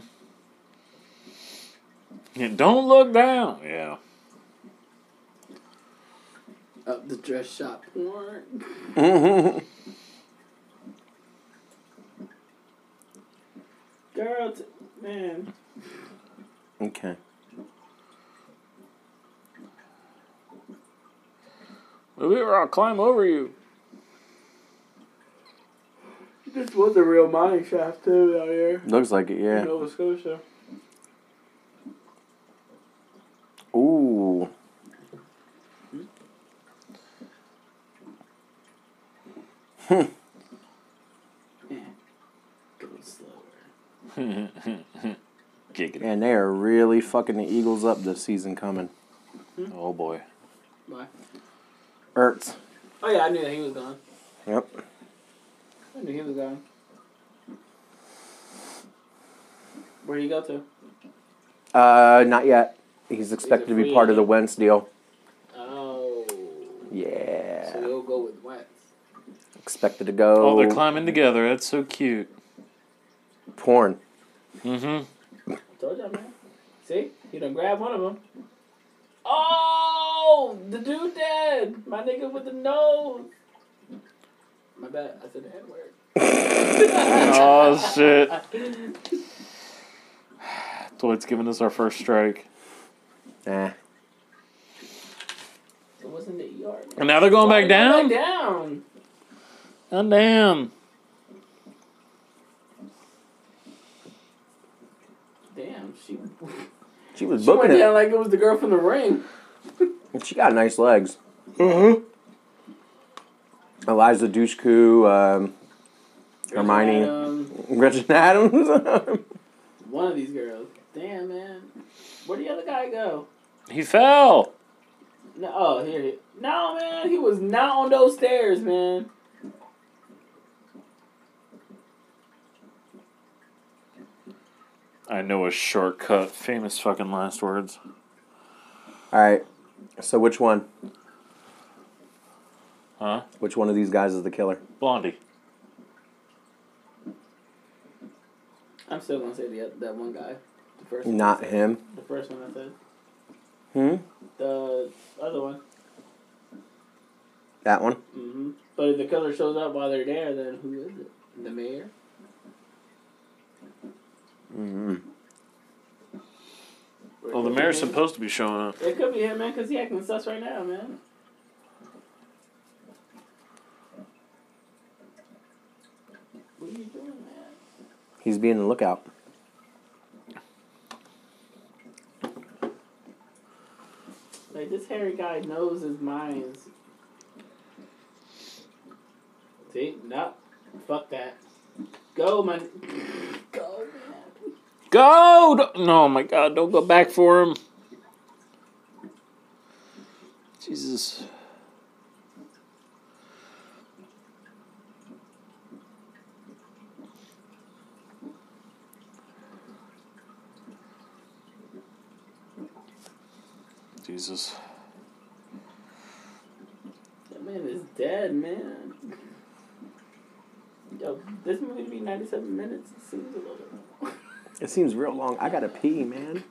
C: Yeah, don't look down. Yeah.
D: Up the dress shop. Porn.
B: Mm-hmm.
D: Girl, t- man.
B: okay.
C: Move it or I'll climb over you.
D: This was a real mining shaft, too, out here
B: Looks like it,
D: in
B: yeah.
D: Nova Scotia.
B: Ooh.
D: Go slower.
C: Kick it.
B: And they are really fucking the Eagles up this season coming.
C: Oh boy.
D: Bye.
B: Ertz.
D: Oh, yeah, I knew that he was gone.
B: Yep.
D: I knew he was gone. Where'd he go to?
B: Uh, not yet. He's expected to be
D: free
B: part of the
D: agent.
B: Wentz deal.
D: Oh. So
B: Yeah.
D: we'll go with Wentz.
B: Expected to go
C: Oh, they're climbing together. That's so cute.
B: porn.
C: Mm-hmm.
D: I told you, man. See? He done grabbed one of them. Oh! The dude dead! My nigga with the nose! My bad. I said the N word.
C: Oh shit. Dwight's giving us our first strike.
B: Nah.
D: It wasn't the ER. man.
C: And now they're going back
D: Going
C: down?
D: Back down!
C: Oh damn.
D: Damn, she,
B: She was
D: she went
B: booking it.
D: down like it was the girl from the ring.
B: She got nice legs. Mm-hmm. Eliza Dushku, um, Hermione.
D: Um,
B: Gretchen Adams.
D: one of these girls. Damn, man. Where'd the other guy go?
C: He fell.
D: No, oh, here he No, man, he was not on those stairs, man.
C: I know a shortcut. Famous fucking last words.
B: All right. So which one?
C: Huh?
B: Which one of these guys is the killer?
C: Blondie.
D: I'm still gonna say the, that one guy. The first one I
B: Not
D: said.
B: him.
D: The first one I said.
B: Hmm.
D: The other one.
B: That one.
D: hmm But if the killer shows up while they're there, then who is it? The mayor?
B: Mm-hmm.
D: Or it
C: Well, the
D: could be
C: mayor's
D: him.
C: supposed to be showing up.
D: It could be him, man, because he acting sus right now, man. What are you doing, man?
B: He's being the lookout.
D: Like this hairy guy knows his minds. See, no, fuck that. Go, man. Go, man.
C: Go! Don't- No, my God, don't go back for him. Jesus. Jesus.
D: That man is dead, man. Yo, this movie to be ninety-seven minutes. It seems a little. bit.
B: It seems real long. I gotta pee, man.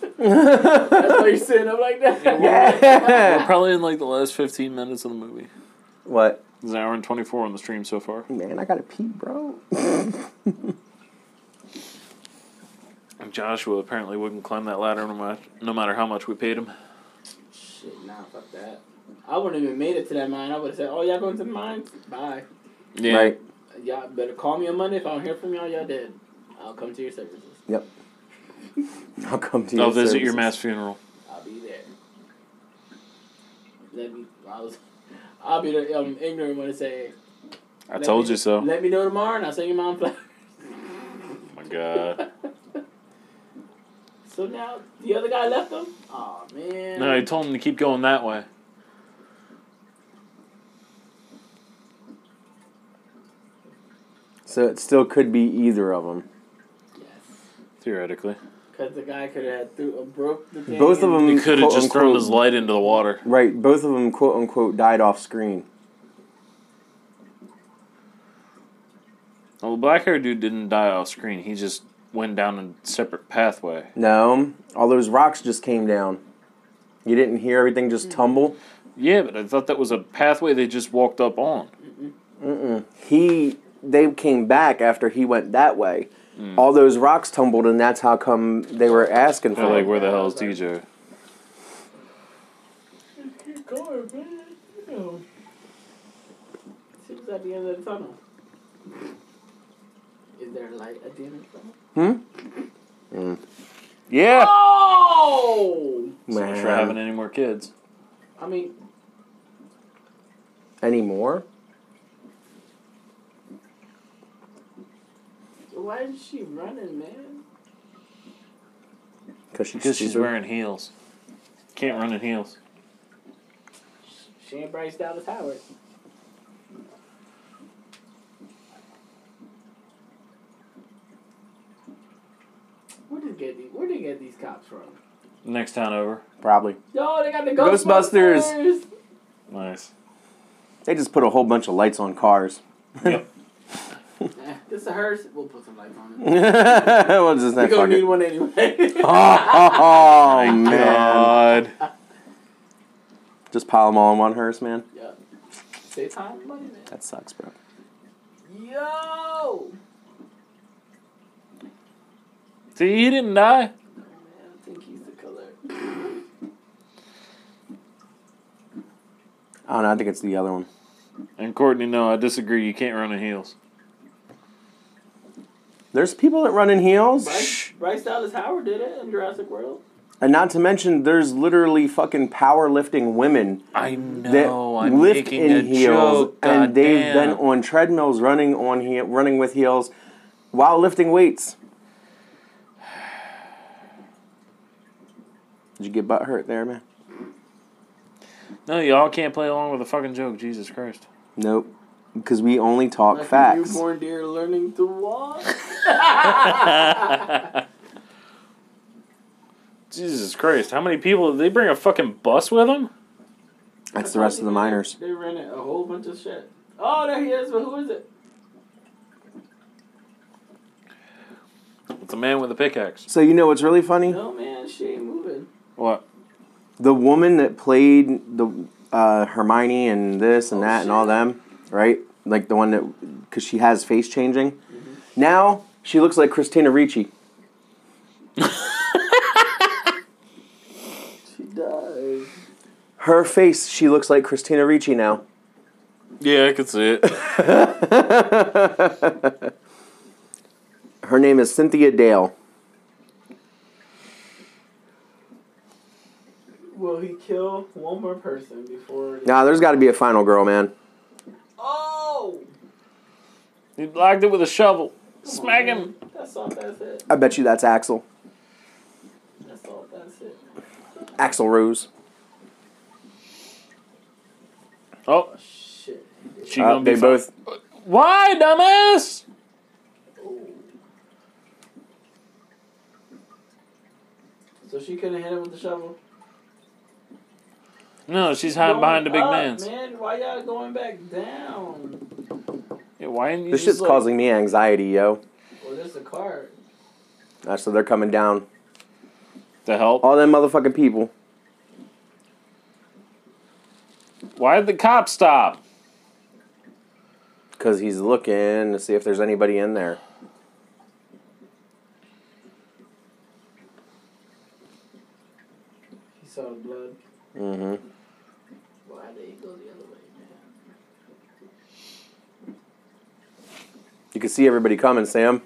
D: That's why you're sitting up like that.
B: Yeah.
C: We're probably in like the last 15 minutes of the movie.
B: What?
C: It's an hour and 24 on the stream so far.
B: Man, I gotta pee, bro.
C: Joshua apparently wouldn't climb that ladder no matter, no matter how much we paid him.
D: Shit, nah, fuck that. I wouldn't even made it to that mine. I would have said, "Oh, y'all going to the mines? Bye.
C: Yeah.
B: Right.
D: Y'all better call me on Monday. If I don't hear from y'all, y'all dead. I'll come to your services.
B: Yep. I'll come to you.
C: I'll visit your mass funeral.
D: I'll be there. Let me. I was. I'll be the um, ignorant one to say.
C: I
D: "Let
C: told
D: me-
C: you so.
D: Let me know tomorrow, and I'll send you mom flowers.
C: oh my god.
D: So now the other guy left them. Oh man.
C: No, I told him to keep going that way.
B: So it still could be either of them.
D: Yes.
C: Theoretically.
D: Because the guy could have threw uh, broke the thing.
B: Both of
D: and-
B: them
C: He could have just thrown his light into the water.
B: Right, both of them quote unquote died off screen.
C: Well, the black haired dude didn't die off screen. He just went down a separate pathway.
B: No, all those rocks just came down. You didn't hear everything just tumble.
C: Yeah, but I thought that was a pathway they just walked up on.
B: He they came back after he went that way.
C: Mm.
B: All those rocks tumbled, and that's how come they were asking
C: They're
B: for.
C: like,
B: him.
C: where the hell is TJ?
D: Keep going, man. You know. She was at the end of the tunnel. Is there a light at the end of the tunnel?
B: Hmm?
C: Yeah!
D: Oh!
C: So
B: Man.
C: much for having any more kids.
D: I mean,
B: anymore.
D: why is she running, man?
B: Because she's,
C: Because she's
B: stupid.
C: wearing heels. Can't run in heels.
D: She ain't Bryce Dallas Howard. Where did get these? Where did they get these cops from?
C: Next town over.
B: probably.
D: Yo, they got the
B: Ghostbusters.
D: Ghostbusters.
C: Nice.
B: They just put a whole bunch of lights on cars.
C: Yep.
D: Eh, this is hers. We'll put some lights on it.
B: What's his
D: We're
B: name?
D: gonna
B: Fuck
D: need
B: it.
D: one anyway.
B: Oh, oh, oh, man!
C: God.
B: Just pile them all in one hearse, man.
D: yeah. Save time and money, man.
B: That sucks, bro.
D: Yo!
C: See, he didn't die.
D: Man, I think he's the color.
B: I don't know. I think it's the other one.
C: And Courtney, no, I disagree. You can't run in heels.
B: There's people that run in heels.
D: Bryce, Bryce Dallas Howard did it in Jurassic World.
B: And not to mention, there's literally fucking powerlifting women
C: I know.
B: that
D: Oh,
B: lift in heels, and they've been on treadmills running on he- running with heels while lifting weights. Did you get butt hurt there, man?
C: No, y'all can't play along with a fucking joke. Jesus Christ.
B: Nope, because we only talk
D: Like a
B: facts.
D: newborn deer learning to walk.
C: Jesus Christ. How many people? They bring a fucking bus with them?
B: That's the rest of the minors.
D: They rented a whole bunch of shit. Oh, there he is. But who is it?
C: It's a man with a pickaxe.
B: So you know what's really funny?
D: No, man, she ain't moving.
C: What?
B: the woman that played the uh, Hermione and this and
D: Oh,
B: that and all
D: shit.
B: them, right? Like the one that, because she has face changing. Now she looks like Christina Ricci.
D: She does.
B: Her face, she looks like Christina Ricci now.
C: Yeah, I could see it.
B: Her name is Cynthia Dale.
D: Will he kill one more person before?
B: Nah, there's got to be a final girl, man.
D: Oh!
C: he blocked it with a shovel. Smack him.
D: That's all that's it.
B: I bet you that's Axel.
D: That's all that's it.
B: Axel Rose.
C: Oh,
D: Shit.
C: she
B: Uh,
C: gonna be
B: they
C: fine.
B: both.
C: Why, dumbass?
D: So she couldn't hit him with the shovel?
C: No, she's hiding behind the big
D: Going up,
C: man's.
D: Man, why y'all going back down?
C: Yeah, why didn't you
B: This
C: just,
B: shit's
C: like-
B: causing me anxiety, yo.
D: Well, there's a car.
B: Uh, so they're coming down.
C: to help?
B: All them motherfucking people.
C: Why did the cop stop?
B: because he's looking to see if there's anybody in there.
D: He saw the blood.
B: hmm
D: Why did he go the other way, man?
B: You can see everybody coming, Sam.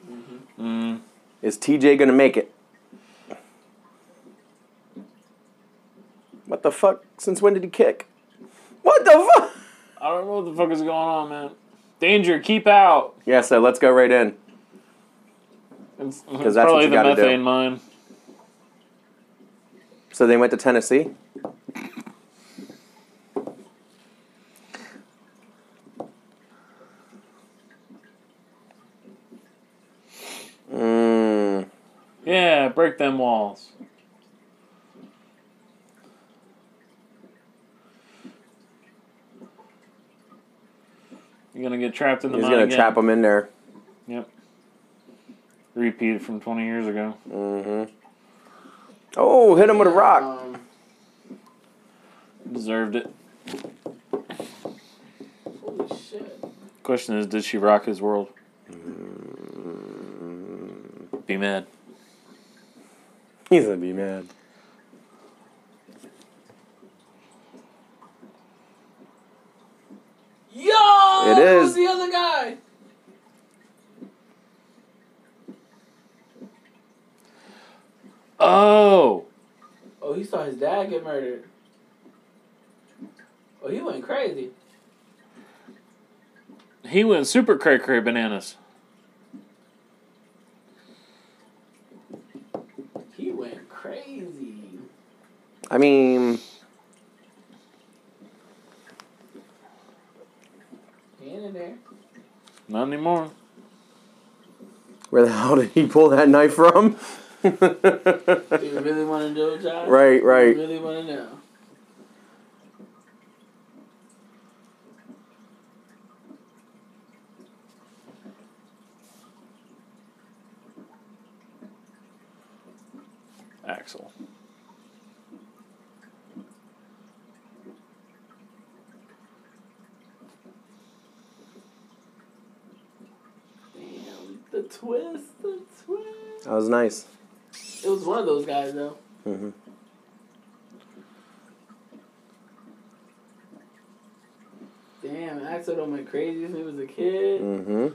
C: Mm.
B: Is TJ gonna make it? What the fuck? Since when did he kick? What the fuck?
C: I don't know what the fuck is going on, man. Danger, keep out.
B: Yeah, so let's go right in.
C: It's,
B: that's what
C: it's probably
B: you
C: the
B: gotta do.
C: methane mine.
B: So they went to Tennessee. Mm,
C: Yeah, break them walls. You're gonna get trapped in the
B: he's
C: mine
B: gonna
C: again.
B: trap him in there.
C: Yep. Repeat from 20 years ago.
B: hmm Oh, hit him with a rock.
D: Um,
C: Deserved it.
D: holy shit.
C: Question is, did she rock his world? Be mad.
B: He's gonna be mad.
D: Yo!
B: It is.
D: Who's the other guy?
C: Oh,
D: Oh, he saw his dad get murdered. Oh, he went crazy.
C: he went super cray cray bananas.
D: He went crazy.
B: I mean,
D: He ain't in there.
C: Not anymore.
B: where the hell did he pull that knife from?
D: Do you really want to do it, Josh?
B: Right, right.
D: You really want to know?
C: Axel.
D: Damn, the twist, the twist.
B: that was nice.
D: It was one of those guys, though.
B: Mhm.
D: Damn, Axel done went crazy since he was a kid.
B: Mm-hmm.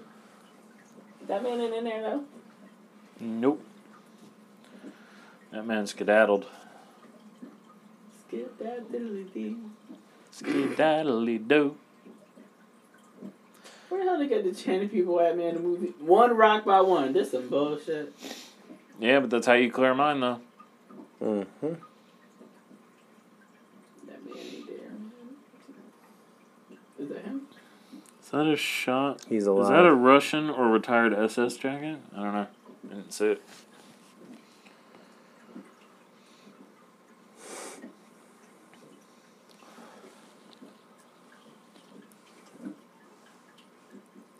D: That man ain't in there, though.
C: Nope. That man skedaddled.
D: Skip that diddly dee.
C: Skedaddly do.
D: Where the hell they get the Channing people at, man? The movie One Rock by One. This some bullshit.
C: Yeah, but that's how you clear mine, though.
B: Mm-hmm.
D: That man ain't there. man. Is that him?
C: Is that a shot?
B: He's
C: Is that a
B: alive.
C: Russian or retired SS jacket? I don't know. Didn't see it.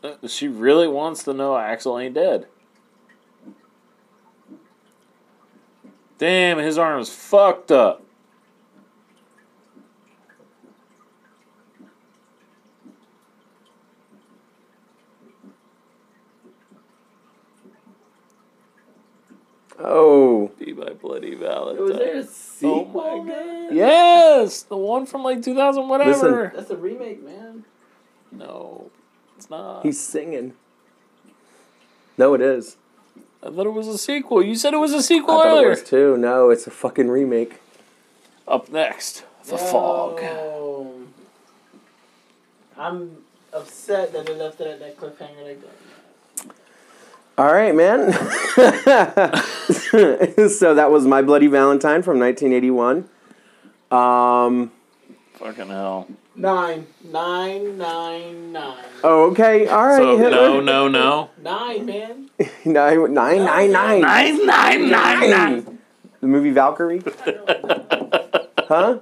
C: Uh, She really wants to know Axel ain't dead. Damn, his arm's fucked up.
B: oh,
C: Be my bloody
D: Was there a
C: Valentine.
D: sequel,
C: Oh my
D: man?
C: Yes, the one from like 2000 whatever.
D: That's a remake, man.
C: No, it's not.
B: he's singing. No, it is.
C: I thought it was a sequel. You said it was a
B: I
C: sequel
B: thought it
C: earlier.
B: was too. No, it's a fucking remake.
C: Up next, the fog.
D: Yo. Oh. I'm upset that they left it at that cliffhanger like that.
B: All right, man. so that was My Bloody Valentine from 1981. Um,
C: Fucking hell.
D: Nine. Nine, nine, nine.
B: oh, okay. All right,
C: So no,
B: Hitler.
C: no, no.
D: Nine, man.
B: Nine, nine, nine, nine.
C: Nine, nine, nine, nine.
B: Nine. The movie Valkyrie? huh?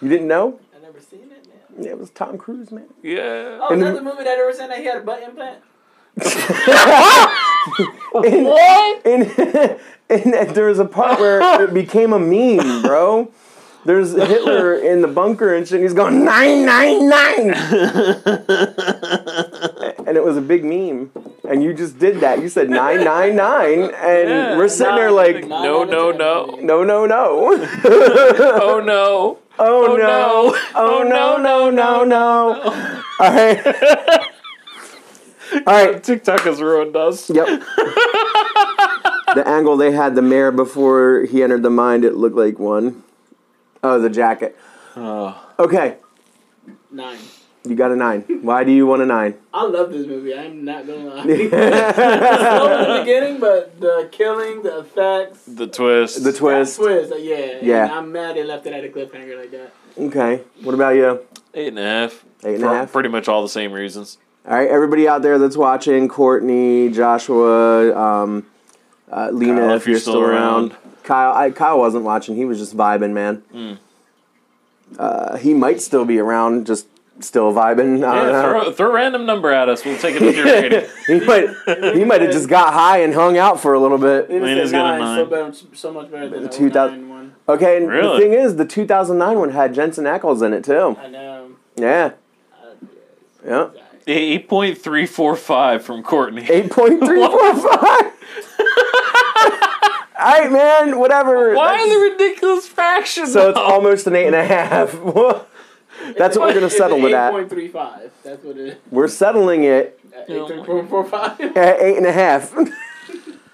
B: You didn't know?
D: I never seen it, man.
B: Yeah, it was Tom Cruise, man.
C: Yeah.
D: Oh, is
B: And
D: that
B: the-
D: the movie that ever said that he had a butt implant?
B: In-
C: What?
B: and, and that there was a part where it became a meme, bro. There's Hitler in the bunker and shit. And he's going nine nine nine. and it was a big meme, and you just did that. You said nine nine nine, and
C: Yeah,
B: we're sitting there
C: nine,
B: like,
C: nine. No, no, no.
B: no, no, no.
C: Oh no!
B: Oh,
C: Oh,
B: no.
C: no.
B: Oh
C: Oh,
B: no, no, no,
C: no,
B: no. All right. All right.
C: TikTok has ruined us.
B: Yep. the angle they had the mayor before he entered the mind, it looked like one. Oh, the jacket.
C: Uh,
B: Okay.
D: Nine.
B: You got a nine. Why do you want a nine?
D: I love this movie. I'm not gonna lie. Slow in the beginning, but the killing, the effects,
C: The twist.
B: The twist.
D: twist. uh, yeah.
B: Yeah.
D: And I'm mad they left it at a cliffhanger like that.
B: Okay. What about you?
C: Eight and a half.
B: Eight and a
C: For
B: half?
C: Pretty much all the same reasons.
B: All right, everybody out there that's watching, Courtney, Joshua, um, uh, Lena,
C: Kyle,
B: if, you're still around. Hmm. Kyle, I, Kyle wasn't watching. He was just vibing, man. Uh, he might still be around, just still vibing. I don't
C: Yeah,
B: know.
C: throw, throw a random number at us. We'll take it as your rating.
B: he might he might have just got high and hung out for a little bit.
D: It
C: Lena's
D: was a
C: got a
D: nine, so,
C: nine.
D: better, so much better than the
B: 2000
D: 2000 one.
B: Okay, and the
C: Really?
B: thing is, the 2009 one had Jensen Ackles in it too.
D: I know.
B: Yeah,
D: Uh, yeah,
B: yeah,
D: sorry.
C: Eight point three four five from Courtney.
B: eight point three four five. All right, man. Whatever.
C: Why
B: That's-
C: the ridiculous factions?
B: So it's almost an eight and a half. That's what we're gonna
D: It's
B: settle it at.
D: 8.35. That's what it uh,
B: We're settling it
D: is.
C: Oh my
D: 8.45.
B: at eight and a half.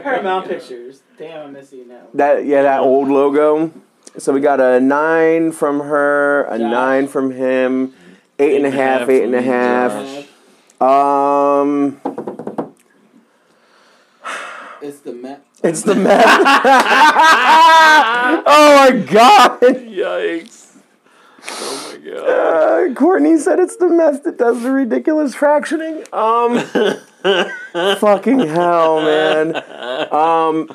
D: Paramount Pictures. Damn, I'm missing that one.
B: that yeah, that old logo. So we got a nine from her, a
D: Josh.
B: nine from him, eight and a half, eight and a
C: from
B: half.
C: Josh.
B: Um,
D: It's the Met.
B: it's the mess. oh my god.
C: Yikes! Oh my god!
B: Uh, Courtney said it's the mess that does the ridiculous fractioning. Um, fucking hell, man. Um,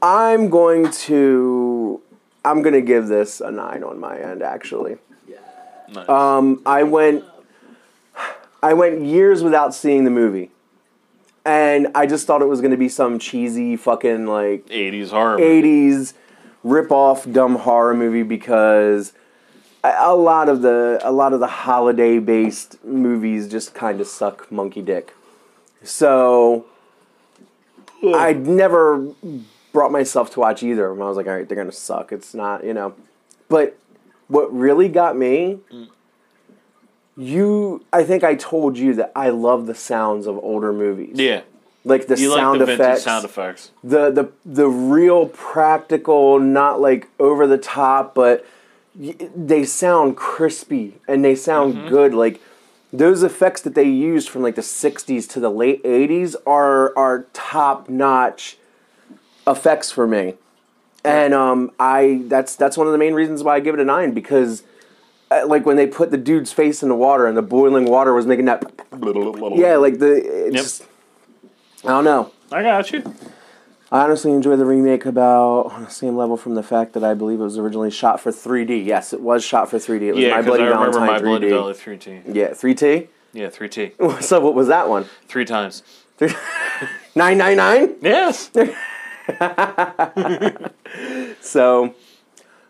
B: I'm going to, I'm gonna give this a nine on my end. Actually,
C: Nice.
B: um, I went, I went years without seeing the movie, and I just thought it was gonna be some cheesy fucking like
C: 80s horror. movie.
B: 80s rip-off dumb horror movie because a, a lot of the a lot of the holiday based movies just kind of suck monkey dick. So I never brought myself to watch either of them. I was like, all right, they're gonna suck. It's not, you know. But what really got me, you, I think I told you that I love the sounds of older movies.
C: Yeah.
B: like the
C: You
B: sound
C: like the vintage
B: effects
C: sound effects.
B: the the the real practical, not like over the top, but y- they sound crispy and they sound good. Like those effects that they used from like the '60s to the late '80s are are top notch effects for me. And um, I that's that's one of the main reasons why I give it a nine because. uh, Like when they put the dude's face in the water and the boiling water was making that, yeah, like the it's
C: Yep.
B: just, I don't know.
C: I got you.
B: I honestly enjoy the remake about on the same level from the fact that I believe it was originally shot for 3D. Yes, it was shot for 3D. It was
C: Yeah,
B: My
C: because
B: Bloody
C: I remember
B: Valentine
C: my
B: 3D.
C: Bloody Valley 3T.
B: Yeah, 3T.
C: Yeah, 3T.
B: So what was that one?
C: Three times.
B: 999.
C: Yes.
B: So,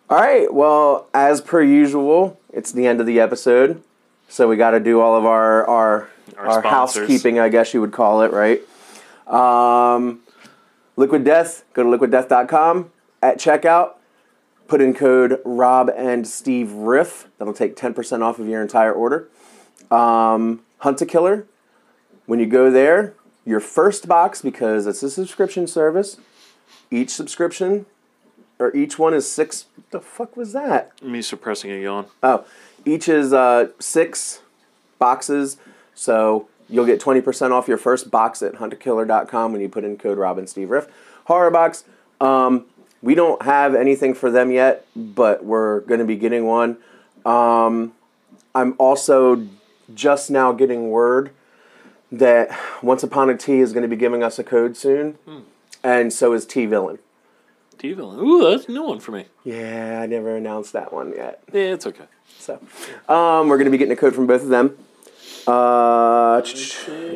B: all right. Well, as per usual, it's the end of the episode, so we got to do all of our our
C: Our
B: our
C: sponsors.
B: housekeeping, I guess you would call it, right? Um, Liquid Death. Go to liquiddeath.com at checkout. Put in code Rob and Steve Riff. That'll take ten percent off of your entire order. Um, Hunt a Killer. When you go there, your first box because it's a subscription service. Each subscription or each one is six. The fuck was that?
C: Me suppressing a yawn.
B: Oh, each is uh, six boxes. So you'll get 20% off your first box at hunterkiller.com when you put in code Robin Steve Riff. Horror box. Um, we don't have anything for them yet, but we're going to be getting one. Um, I'm also just now getting word that Once Upon a T is going to be giving us a code soon, and so is T Villain.
C: T villain. Ooh, that's a new one for me.
B: Yeah, I never announced that one yet.
C: Yeah, it's okay.
B: So, um, we're going to be getting a code from both of them. Uh,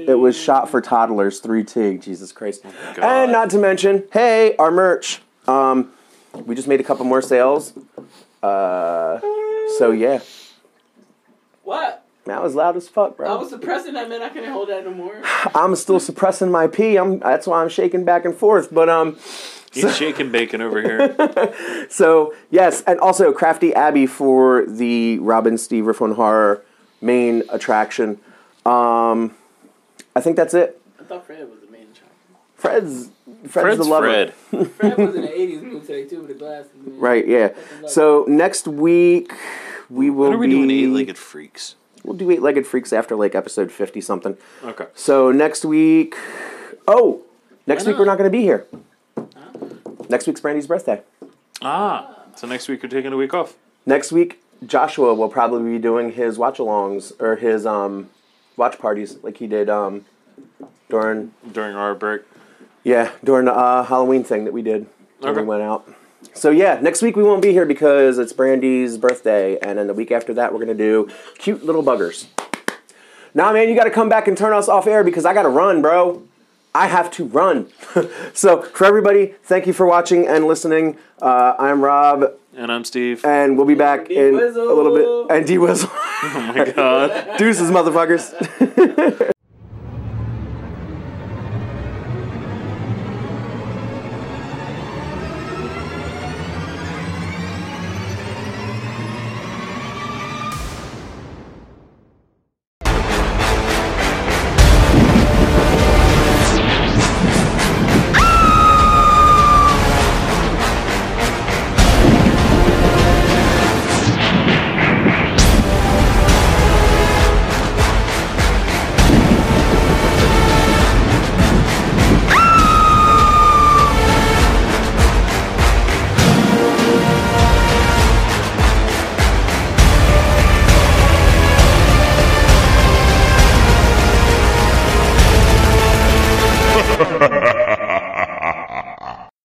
B: it was shot for toddlers, 3T. Jesus Christ. and uh, not to mention, hey, our merch. Um, we just made a couple more sales. Uh, so, yeah.
D: What?
B: That was loud as fuck, bro.
D: I was suppressing that man. I couldn't hold that no more.
B: I'm still suppressing my pee. I'm that's why I'm shaking back and forth. But um,
C: He's shaking bacon over here.
B: so yes, and also Crafty Abbey for the Robin Steve Rifflin Horror main attraction. Um, I think that's it.
D: I thought Fred was the main attraction.
B: Fred's Fred's,
C: Fred's
B: the lover.
C: Fred.
D: Fred was in the '80s movie today too with the glasses. Man.
B: Right. Yeah.
D: love
B: So next week we will
C: What are we
B: be
C: doing, eight legged freaks?
B: we'll do eight legged freaks after like episode fifty something.
C: Okay.
B: So next week, oh, next
D: Why
B: week we're not
D: not?
B: going to be here. Next week's Brandy's birthday.
C: Ah, so next week you're taking a week off.
B: Next week, Joshua will probably be doing his watch alongs or his um, watch parties like he did um, during
C: during our break.
B: yeah during the uh, Halloween thing that we did when
C: Okay.
B: we went out. So yeah, next week we won't be here because it's Brandy's birthday, and then the week after that we're gonna do cute little buggers. Nah, man, you gotta come back and turn us off air because I gotta run, bro. I have to run. so for everybody, thank you for watching and listening. Uh, I'm Rob,
C: And I'm Steve.
B: and we'll be back in a little bit. And D Wizzle.
C: oh my god.
B: Deuces, motherfuckers.